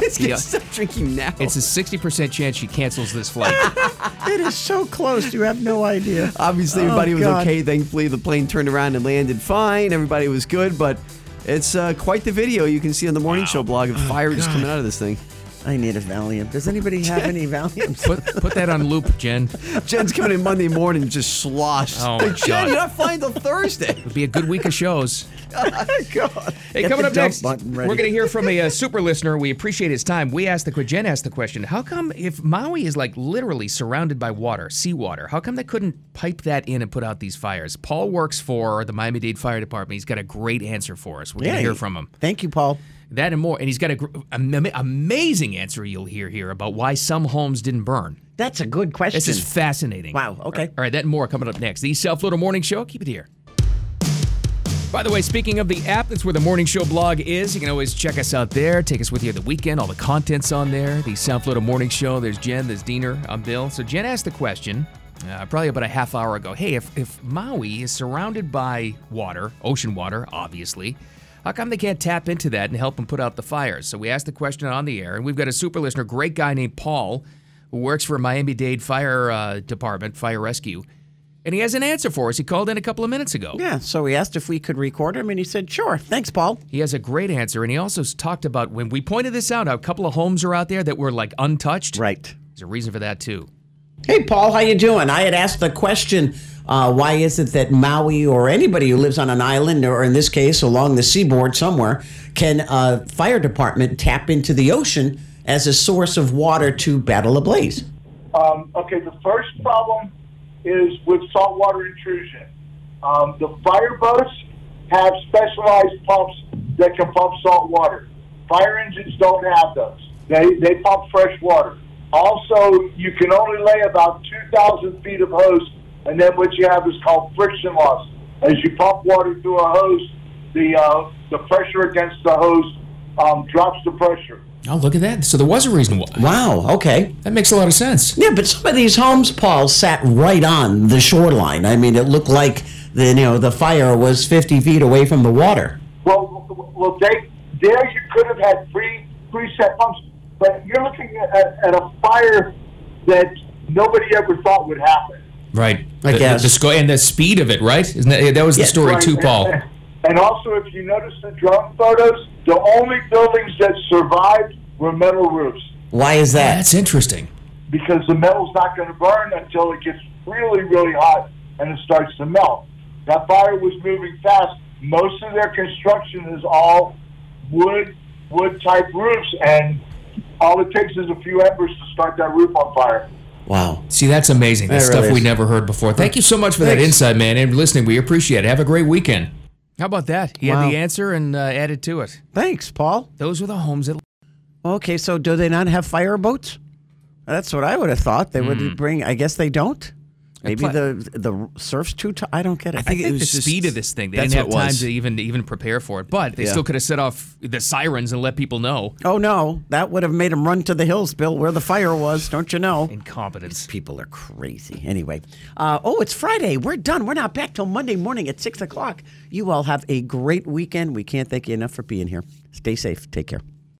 Speaker 12: Let's get
Speaker 3: Yeah.
Speaker 12: stop drinking now.
Speaker 3: It's a sixty percent chance she cancels this flight.
Speaker 4: it is so close. You have no idea.
Speaker 12: Obviously,
Speaker 4: Oh,
Speaker 12: everybody was
Speaker 4: God.
Speaker 12: okay. Thankfully, the plane turned around and landed fine. Everybody was good, but it's uh, quite the video you can see on the morning show blog
Speaker 3: Oh,
Speaker 12: of fire just coming out of this thing.
Speaker 4: I need a Valium. Does anybody have any Valiums?
Speaker 3: put put that on loop, Jen.
Speaker 12: Jen's coming in Monday morning just sloshed.
Speaker 3: Oh, my
Speaker 12: Like, Jen,
Speaker 3: God.
Speaker 12: you're not flying till Thursday.
Speaker 3: It'd be a good week of shows.
Speaker 4: God.
Speaker 3: Hey,
Speaker 4: Get
Speaker 3: coming
Speaker 4: the dump
Speaker 3: up next,
Speaker 4: button
Speaker 3: we're
Speaker 4: ready.
Speaker 3: going to hear from a, uh super listener. We appreciate his time. We asked the que- Jen asked the question: How come if Maui is like literally surrounded by water, seawater, how come they couldn't pipe that in and put out these fires? Paul works for the Miami Dade Fire Department. He's got a great answer for us. We're going to hear from him.
Speaker 4: Thank you, Paul.
Speaker 3: That and more, and he's got a gr- am- am- amazing answer you'll hear here about why some homes didn't burn.
Speaker 4: That's a good question.
Speaker 3: This is fascinating.
Speaker 4: Wow, okay.
Speaker 3: All right, that and more coming up next. The South Florida Morning Show. Keep it here. By the way, speaking of the app, that's where the morning show blog is. You can always check us out there. Take us with you the weekend. All the content's on there. The South Florida Morning Show. There's Jen. There's Diener. I'm Bill. So Jen asked the question, uh, probably about a half hour ago. Hey, if, if Maui is surrounded by water, ocean water, obviously, how come they can't tap into that and help them put out the fires? So we asked the question on the air, and we've got a super listener, great guy named Paul, who works for Miami Dade Fire uh, Department, Fire Rescue, and he has an answer for us. He called in a couple of minutes ago.
Speaker 4: Yeah, so we asked if we could record him, and he said, sure. Thanks, Paul.
Speaker 3: He has a great answer, and he also s- talked about when we pointed this out, how a couple of homes are out there that were like untouched.
Speaker 4: Right.
Speaker 3: There's a reason for that too.
Speaker 4: Hey, Paul, how you doing? I had asked the question, uh, why is it that Maui or anybody who lives on an island, or in this case, along the seaboard somewhere, can uh, fire department tap into the ocean as a source of water to battle a blaze?
Speaker 15: Um, okay, the first problem is with saltwater intrusion. Um, the fire boats have specialized pumps that can pump salt water. Fire engines don't have those. They, they pump fresh water. Also, you can only lay about 2,000 feet of hose, and then what you have is called friction loss. As you pump water through a hose, the, uh, the pressure against the hose um, drops the pressure.
Speaker 3: Oh, look at that. So there was a reason why.
Speaker 4: Wow, okay.
Speaker 3: That makes a lot of sense.
Speaker 4: Yeah, but some of these homes, Paul, sat right on the shoreline. I mean, it looked like the, you know, the fire was 50 feet away from the water.
Speaker 15: Well, well, they there you could have had pre preset pumps, but you're looking at, at a fire that nobody ever thought would happen.
Speaker 3: Right. I
Speaker 4: guess.
Speaker 3: The, sco- and the speed of it, right? Isn't that, that was the story
Speaker 15: Right,
Speaker 3: too,
Speaker 15: and-
Speaker 3: Paul.
Speaker 15: And also, if you notice the drone photos, the only buildings that survived were metal roofs
Speaker 4: Why is that?
Speaker 3: That's interesting.
Speaker 15: because the metal's not going to burn until it gets really, really hot and it starts to melt. That fire was moving fast. Most of their construction is all wood, wood type roofs, and all it takes is a few embers to start that roof on fire.
Speaker 4: Wow.
Speaker 3: See, that's amazing. That's
Speaker 4: That
Speaker 3: stuff
Speaker 4: really
Speaker 3: we
Speaker 4: is.
Speaker 3: never heard before. Thank you so much for that insight, man, and listening. We appreciate it. Have a great weekend. How about that? He
Speaker 4: Wow.
Speaker 3: had the answer and uh, added to it.
Speaker 4: Thanks, Paul.
Speaker 3: Those were the homes that.
Speaker 4: Okay, so do they not have fire boats? That's what I would have thought. They would bring. I guess they don't. Maybe
Speaker 3: Hmm. pla-
Speaker 4: the the surf's too. T- I don't get it.
Speaker 3: I think,
Speaker 12: it was
Speaker 3: the
Speaker 12: just-
Speaker 3: speed of this thing. They
Speaker 12: that's
Speaker 3: didn't have
Speaker 12: what it
Speaker 3: time
Speaker 12: was.
Speaker 3: to even to even prepare for it, but they
Speaker 12: Yeah.
Speaker 3: still could have set off the sirens and let people know.
Speaker 4: oh no, that would have made them run to the hills, Bill, where the fire was. Don't you know?
Speaker 3: Incompetence.
Speaker 4: People are crazy. Anyway, uh, oh, it's Friday. We're done. We're not back till Monday morning at six o'clock. You all have a great weekend. We can't thank you enough for being here. Stay safe. Take care.